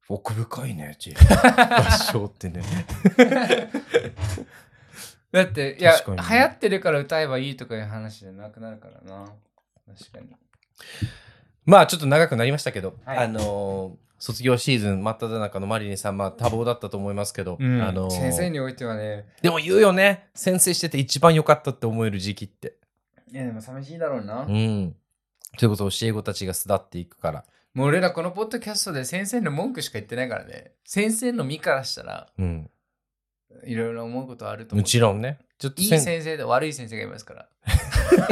奥深いね J 合唱って ね
だっていや
確か
流
にね
行ってるから歌えばいいとかいう話じゃなくなるからな確かに
まあちょっと長くなりましたけど、
はい
あのー卒業シーズン真っ只中のマリリンさん、まあ、多忙だったと思いますけど、あのー
先生においてはね
でも言うよね先生してて一番良かったって思える時期って。
いやでも寂しいだろうな、
うん、ということを教え子たちが巣立っていくから、
もう俺らこのポッドキャストで先生の文句しか言ってないからね先生の身からしたら
うん、
いろいろ思うことはあると思う
もちろんねちょっと
いい
せん
先生と悪い先生がいますから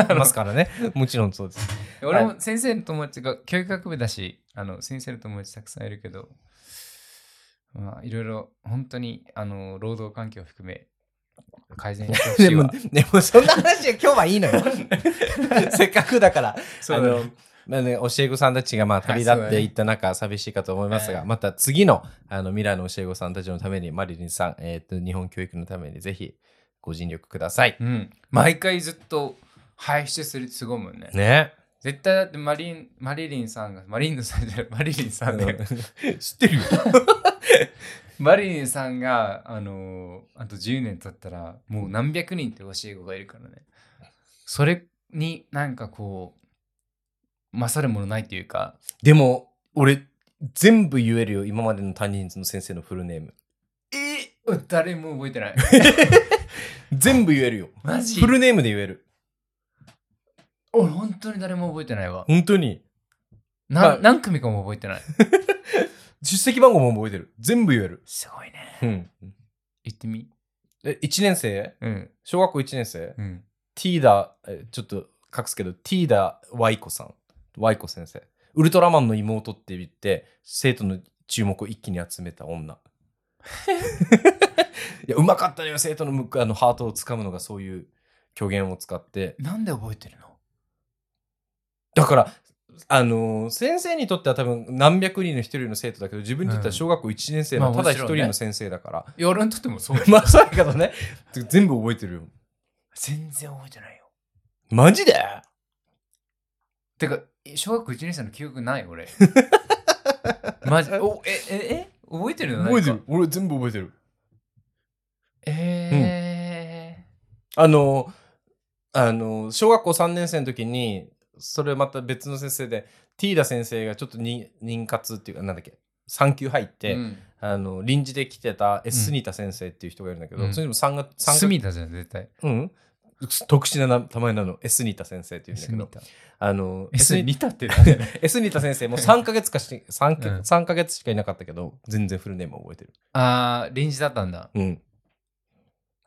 いますから ねもちろんそうです。
俺も先生の友達が教育学部だし、あの先生の友達たくさんいるけど、まあ、いろいろ本当にあの労働環境を含め改善してほ し
で
い
も
わ。
でもそんな話は今日はいいの よせっかくだから
そう
あ
だね
のまあね、教え子さんたちがまあ旅立っていった中、寂しいかと思いますが、
ええ
また次のあの未来の教え子さんたちのために、マリリンさん、えーと、日本教育のためにぜひご尽力ください。
うん、毎回ずっと排出するってすごいもんね。
ね。
絶対だってマリンマリリンさんがマリンドさんじ ゃないマリリンさんで、
知ってるよ。
マリリンさんがあのあと10年経ったらもう何百人って教え子がいるからねそれになんかこう勝るものないというか
でも、俺、全部言えるよ、今までの担任の先生のフルネーム。
え誰も覚えて ない
全部言えるよ。
マジ
フルネームで言える。
俺本当に誰も覚えてないわ
本当に。
な、
はい
何組かも覚えてない
出席番号も覚えてる。全部言える。
すごいね
うん。
言ってみ
え、1年生
うん
小学校1年生
うん
ティーダ、えちょっと隠すけど、ティーダ・ワイコさん。ワイコ先生。ウルトラマンの妹って言って、生徒の注目を一気に集めた 女。いや、うまかったのよ、生徒のむあのハートをつかむのがそういう虚言を使って。
なんで覚えてるの
だから、あのー先生にとっては多分何百人の一人の生徒だけど、自分にとっては小学校1年生
う
の
ん
た
まあ
だ一
もちろんね
人の先生だから。
いや俺にとってもそう
まあ、そうやけどね、全部覚えてるよ。
全然覚えてないよ。
マジで
てか、小学校1年生の記憶な い俺。マジ、お、え、え、え覚えてるの
覚えて
なん
る
か
俺全部覚えてる
え
あのあの小学校3年生の時にそれまた別の先生でティーダ先生がちょっとに妊活っていうかなんだっけ産休入っ
ー
て、
うん
あの臨時で来てたエスニタ先生っていう人がいるんだけど、
うん
それでも3月
スミタじゃん、絶対。
うん特殊な名名前なのエスニタ先生っていうんだけ
スミ
ど
タ。
あの
え、スミタってなんだよね
エスニタ先生も3ヶ月かし 3, か
うん
3ヶ月しかいなかったけど全然フルネーム覚えてる
あー、臨時だったんだ。
うん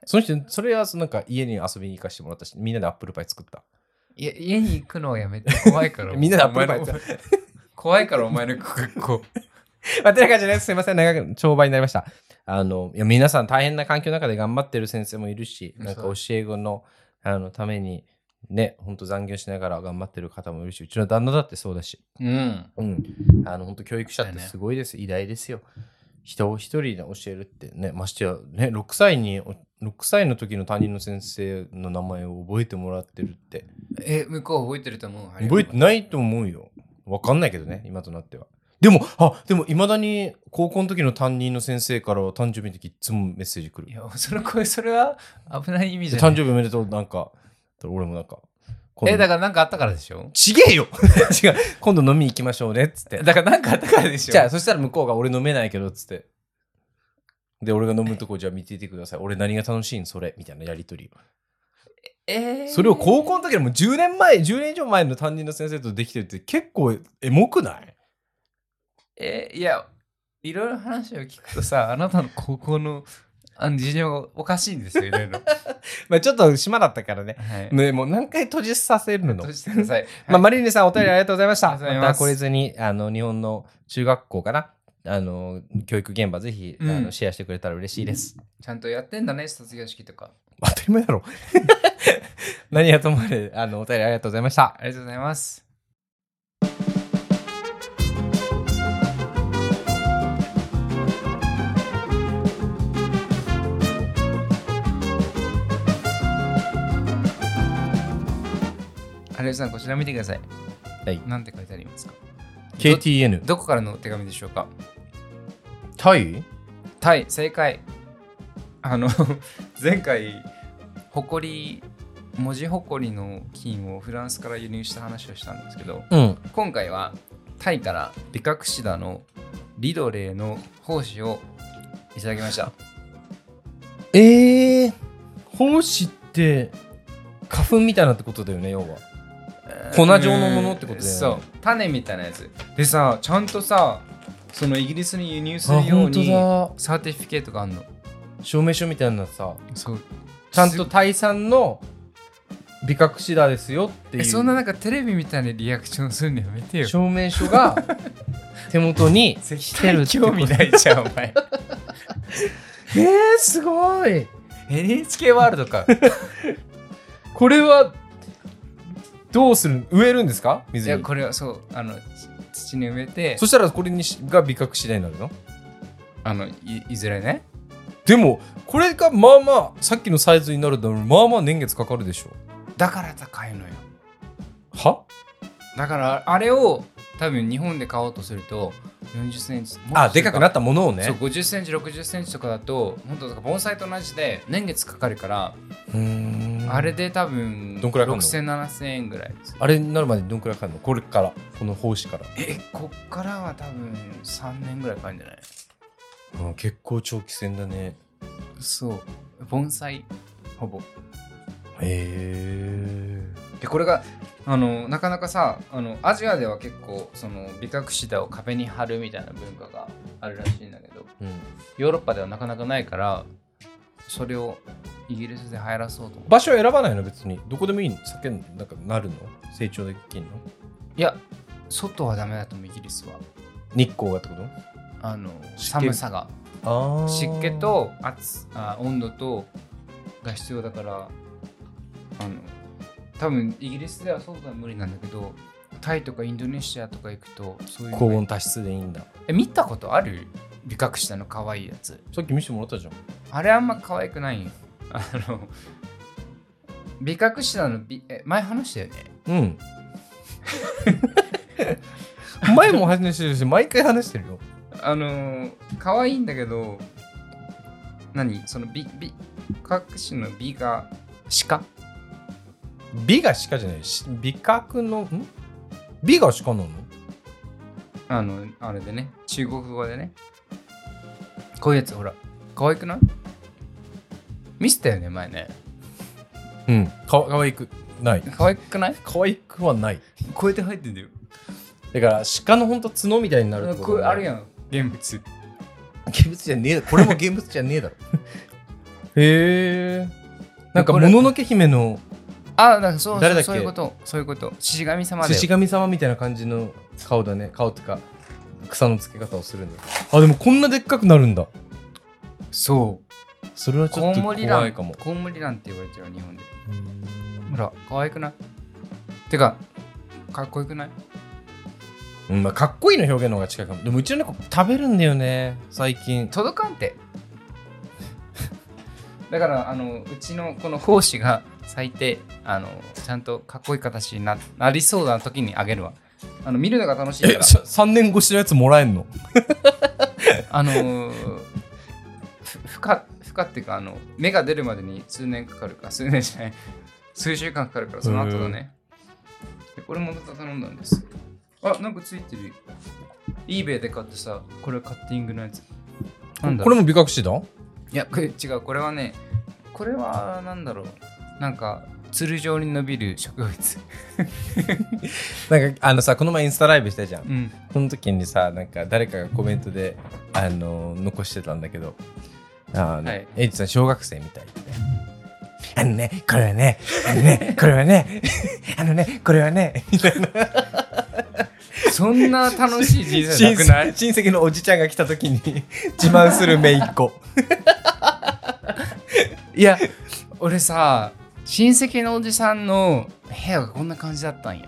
その人それはそのなんか家に遊びに行かせてもらったしみんなでアップルパイ作った
いや、家に行くのはやめて、怖いか ら。
みんなでアップルパイ
お前の
作っ
怖いから、お前の学校。
たまあてな感じですすいません長く長場になりましたあのいや皆さん大変な環境の中で頑張ってる先生もいるしなんか教え子のあのためにね本当残業しながら頑張ってる方もいるしうちの旦那だってそうだし
うん。
うん、あの本当教育者ってすごいです、偉大ですよ。人を一人で教えるってね、ましてや、ね、6歳に、お6歳の時の担任の先生の名前を覚えてもらってるって、
え、向こう覚えてると思う。
覚えてないと思うよ。わかんないけどね、今となっては。でも、あ、でも、いまだに高校の時の担任の先生からは誕生日の時いつもメッセージ来る
い。や、それ、これ、それは危ない意味じゃない。
誕生日おめでとう、なんか、俺もなんか、今度
え、だからなんかあったからでしょ
ちげえよ 違う、今度飲み行きましょうね、っつって。
だからなんかあったからでしょ
じゃあそしたら向こうが俺飲めないけどっつってで俺が飲むとこじゃあ見ててください俺何が楽しいんそれみたいなやり取りを
えー
それを高校の時でもう10年前10年以上前の担任の先生とできてるって結構エモくない
えーいや、いろいろ話を聞く とさ、あなたの高校のあの事情がおかしいんですよ、いろいろ。
まあちょっと島だったからね
は い。
ねもう何回閉じさせるの
閉じてください。
まあ、マリーネさんお便りありがとうございました。
ありがとうござい
ま
ま
た
す
これずにあの日本の中学校かなあの教育現場ぜひ、あ
う
の
ん
シェアしてくれたら嬉しいです。
ちゃんとやってんだね、卒業式とか。
当たり前だろ。 何やともあれあのお便りありがとうございました。
ありがとうございます。有吉さん、こちら見てください。
はい
なんて書いてありますか
KTN
どこからのお手紙でしょうか
タイ
タイ、正解。あの、 前回、誇り、文字誇りの金をフランスから輸入した話をしたんですけど、
うん。
今回はタイからビカクシダのリドレーの奉仕をいただきました
えー、胞子って花粉みたいなってことだよね、要は。粉状のものってことだよね
そう種みたいなやつでさちゃんとさそのイギリスに輸入するよう
本当
に
だ。
サーティフィケートがあるの
証明書みたいなのさ、
そう
ちゃんとタイ産の美覚シダですよってい
え
う
そんななんかテレビみたいなリアクションするのやめてよ
証明書 が手元に
絶
てるって
対
こと
興味ないじゃ んお前
えー、すごい
NHK ワールドか
これはどうする植えるんですか
い
水
や
に
これはそうあの土に埋めて
そしたらこれにしが美覚シダになるの
あのいいずれね
でもこれがまあまあさっきのサイズになるだろうまあまあ年月かかるでしょ
だから高いのよ
は
だからあれを多分日本で買おうとすると40センチ
あでかくな
っ
ったものを
た
ね
そう50センチ60センチとかだと本当とか盆栽と同じで年月かかるから、
うーん
あれで多分
どんくらいかかんの
60007000円ぐらいです
あれになるまでどんくらいかかるのこれからこの奉仕から、
えこっからは多分3年ぐらいかかるんじゃない
うん、結構長期戦だね
そう盆栽ほぼ
へえ
でこれがあのなかなかさあのアジアでは結構その美覚シダを壁に貼るみたいな文化があるらしいんだけどヨーロッパではなかなかないからそれをイギリスで流行らそうと思って
場所選ばないの別にどこでもいいの酒なんかなるの成長できるの
いや外はダメだと思うイギリスは
日光がってこ
あの
湿気
寒さが
とあ
湿気と暑あ温度とが必要だからあの多分イギリスではそうは無理なんだけどタイとかインドネシアとか行くとそういうのが
高温多湿でいいんだ
え見たことある美覚したの可愛いやつ
さっき見せてもらったじゃん
あれあんま可愛くないんよあの美隠しなの美え前話したよね
うん。 前も話してるし、毎回話してるよ。
あのー、可愛いんだけど何その美美隠しの美が鹿
美が鹿じゃないし、美格の、ん美が鹿なの
あのあれでね中国語でねこういうやつほら可愛くない見せたよね前ね
うん。かわかわいくない。
可愛くない
かわいくはない。
こうやって入ってんだよ
だから、鹿のほんと角みたいになるってこ
ことう
だね
あるやん現物
現物じゃねえこれも現物じゃねえだろ へえなんか
こ
も
れ
ののけ姫の
あなんかそう
誰だっけ
そういうことそういうこと獅子神様で
獅子神様みたいな感じの顔だね顔とか草の付け方をするんだあでもこんなでっかくなるんだ
そう
それはち
コ
ょっ
ウ
と
モリラ
怖い
ン
かも
コウモリランって言われてる日本でほら可愛くないてかかっこよくない
うん、まあ、かっこいいの表現の方が近いかもでもうちの猫食べるんだよね最近
届かんて だからあのうちのこの胞子が最低あのちゃんとかっこいい形にななりそうな時にあげるわあの見るのが楽しいから
3年越しのやつもらえんの
あのー、ふふかふかっていうかあの芽が出るまでに数年かかるか数年じゃない数週間かかるからその後だねでこれもまた頼んだんですあなんかついてる eBay で買ってさこれはカッティングのやつなんだ
これも美隠しだ
いやこ れ違うこれはねこれはなんだろうなんかつる状に伸びる植物
なんかあのさこの前インスタライブしたじゃん
うん
その時にさなんか誰かがコメントで、あの残してたんだけどあの、
はい
エイジさん小学生みたいってあのねこれはねあのねこれはねあのねこれはねみたいな
そんな楽しい人
親
生なく ない
戚親戚のおじちゃんが来た時に自慢する姪っ子
いや俺さ親戚のおじさんの部屋がこんな感じだったんよ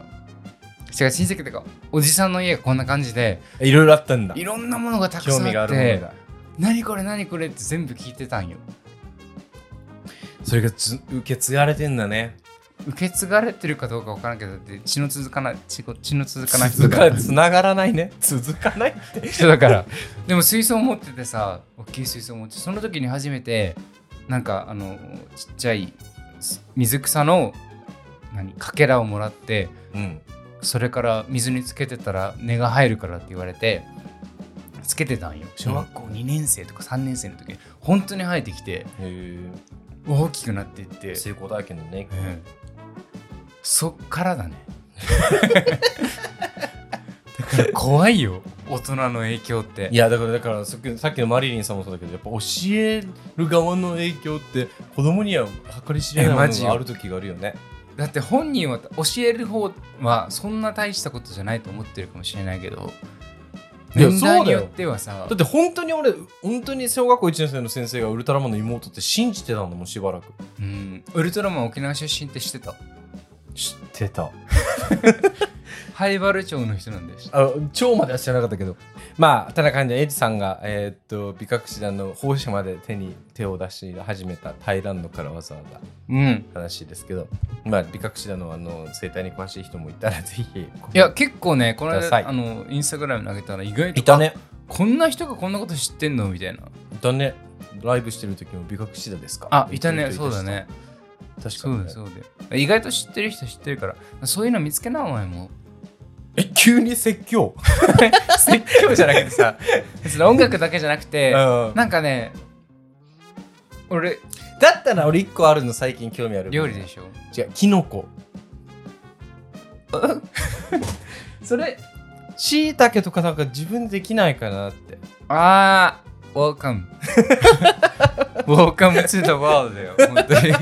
違う親戚ってかおじさんの家がこんな感じで
いろいろあったんだ
いろんなものがたく
興
さん
味が
あ
あ
っ
るもの
て
が
何これ何これって全部聞いてたんよ
それがず受け継がれてんだね
受け継がれてるかどうかわからんけどだって血の続かない血こ血の続かない人
続
だか
からつながらないね続かない
人だから でも水槽持っててさ大きい水槽持ってその時に初めてなんかあのちっちゃい水草の何かけらをもらって
うん
それから水につけてたら根が生えるからって言われてつけてたんよ小学校2年生とか3年生の時に本当に生えてきて
へ
大きくなっていって、
成功体験だね
うんそっからだ ねだから怖いよ大人の影響って
いやだからだからさっきさっきのマリリンさんもそうだけどやっぱ教える側の影響って子供には計り知れないも
え
の
マジ
が
よ
ある時があるよね。
だって本人は教える方はそんな大したことじゃないと思ってるかもしれないけど
いや
年代
そ
によ
うだよ
ってはさ
だって本当に俺本当に小学校1年生の先生がウルトラマンの妹って信じてたんだもんしばらく。
うん、ウルトラマン沖縄出身って知ってた
知ってた。
灰原町の人なんです
あ超までは知らなかったけどまあただ感じでエイジさんが、えーっと美隠し団の奉仕まで手に手を出し始めたタイランドからわざわざ
うん
話ですけどまあ美隠し団のあの生態に詳しい人もいたらぜひ
いや結構ねこの
ください
間あのインスタグラムに上げたら意外
い
と
たね。
こんな人がこんなこと知ってんのみたいな
だね。ライブしてる時も美学してたですか
あいたね
言って
そ
る
う
人
だ
いたし
ね
確か
そう
にね
だ。そうだ意外と知ってる人知ってるからそういうの見つけなお前も
え、急に説教
説教じゃなくてさ別に音楽だけじゃな く
う
て
んだ
なんかね俺
ったら俺一個あるの最近興味ある。
料理でしょ
違う、キノコ。
それ
しいたけとかなんか自分できないかなって。
あー Welcome Welcome to the world だよ本当に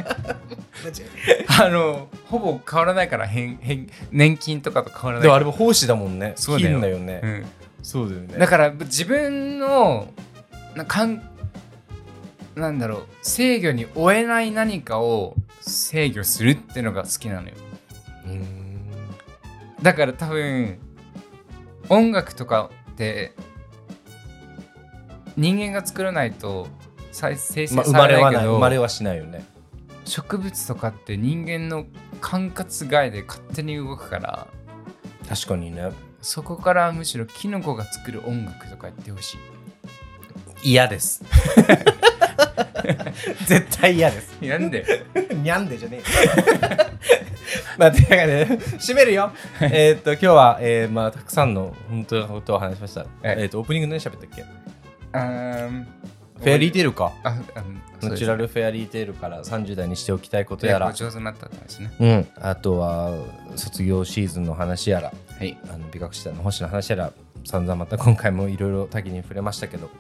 あのほぼ変わらないから変 変年金とかと変わらない
でもあれも奉仕だもんね。
そうだ
金
よ
だよね。
うん
そうだよね。
だから自分のなかんなんだろう制御に追えない何かを制御するってのが好きなのよ
うーん
だから多分音楽とかって人間が作らないと再生成
まあ、生
さ
ま
れ
れ
な
はい
け
ない。
ど、
生まれはしないよね。
植物とかって人間の管轄外で勝手に動くから
確かにね
そこからむしろキノコが作る音楽とかやってほしい
嫌です 絶対嫌です
いやなんで
にゃんでじゃねえよまあ、というわけで、締めるよ。えーっと、今日は、えーまあ、たくさんの本当のことを話しました。えーっと、オープニング何喋ったっけフ
あー
ェアリーテールか。
ああのそう
ナ
です
チュラルフェアリーテールから30代にしておきたいこと
英
や
語
ら、
上手になったって話ね
うん、あとは卒業シーズンの話やら、
はい
あの美学師団の星の話やら、散々また今回もいろいろ多岐に触れましたけど、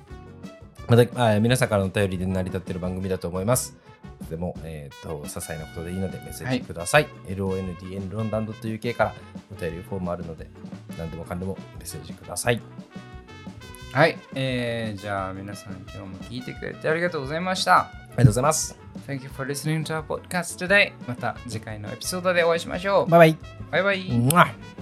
またあ皆さんからのお便りで成り立っている番組だと思います。でも、えー、と些細なことでいいのでメッセージください。LONDN ロンダンド .UK からお便りフォームあるので、何でもかんでもメッセージください。
はい、えー、じゃあ皆さん今日も聞いてくれてありがとうございました
ありがとうございます。
Thank you for listening to our podcast today また次回のエピソードでお会いしましょう
バイ
バイバイ
バイ。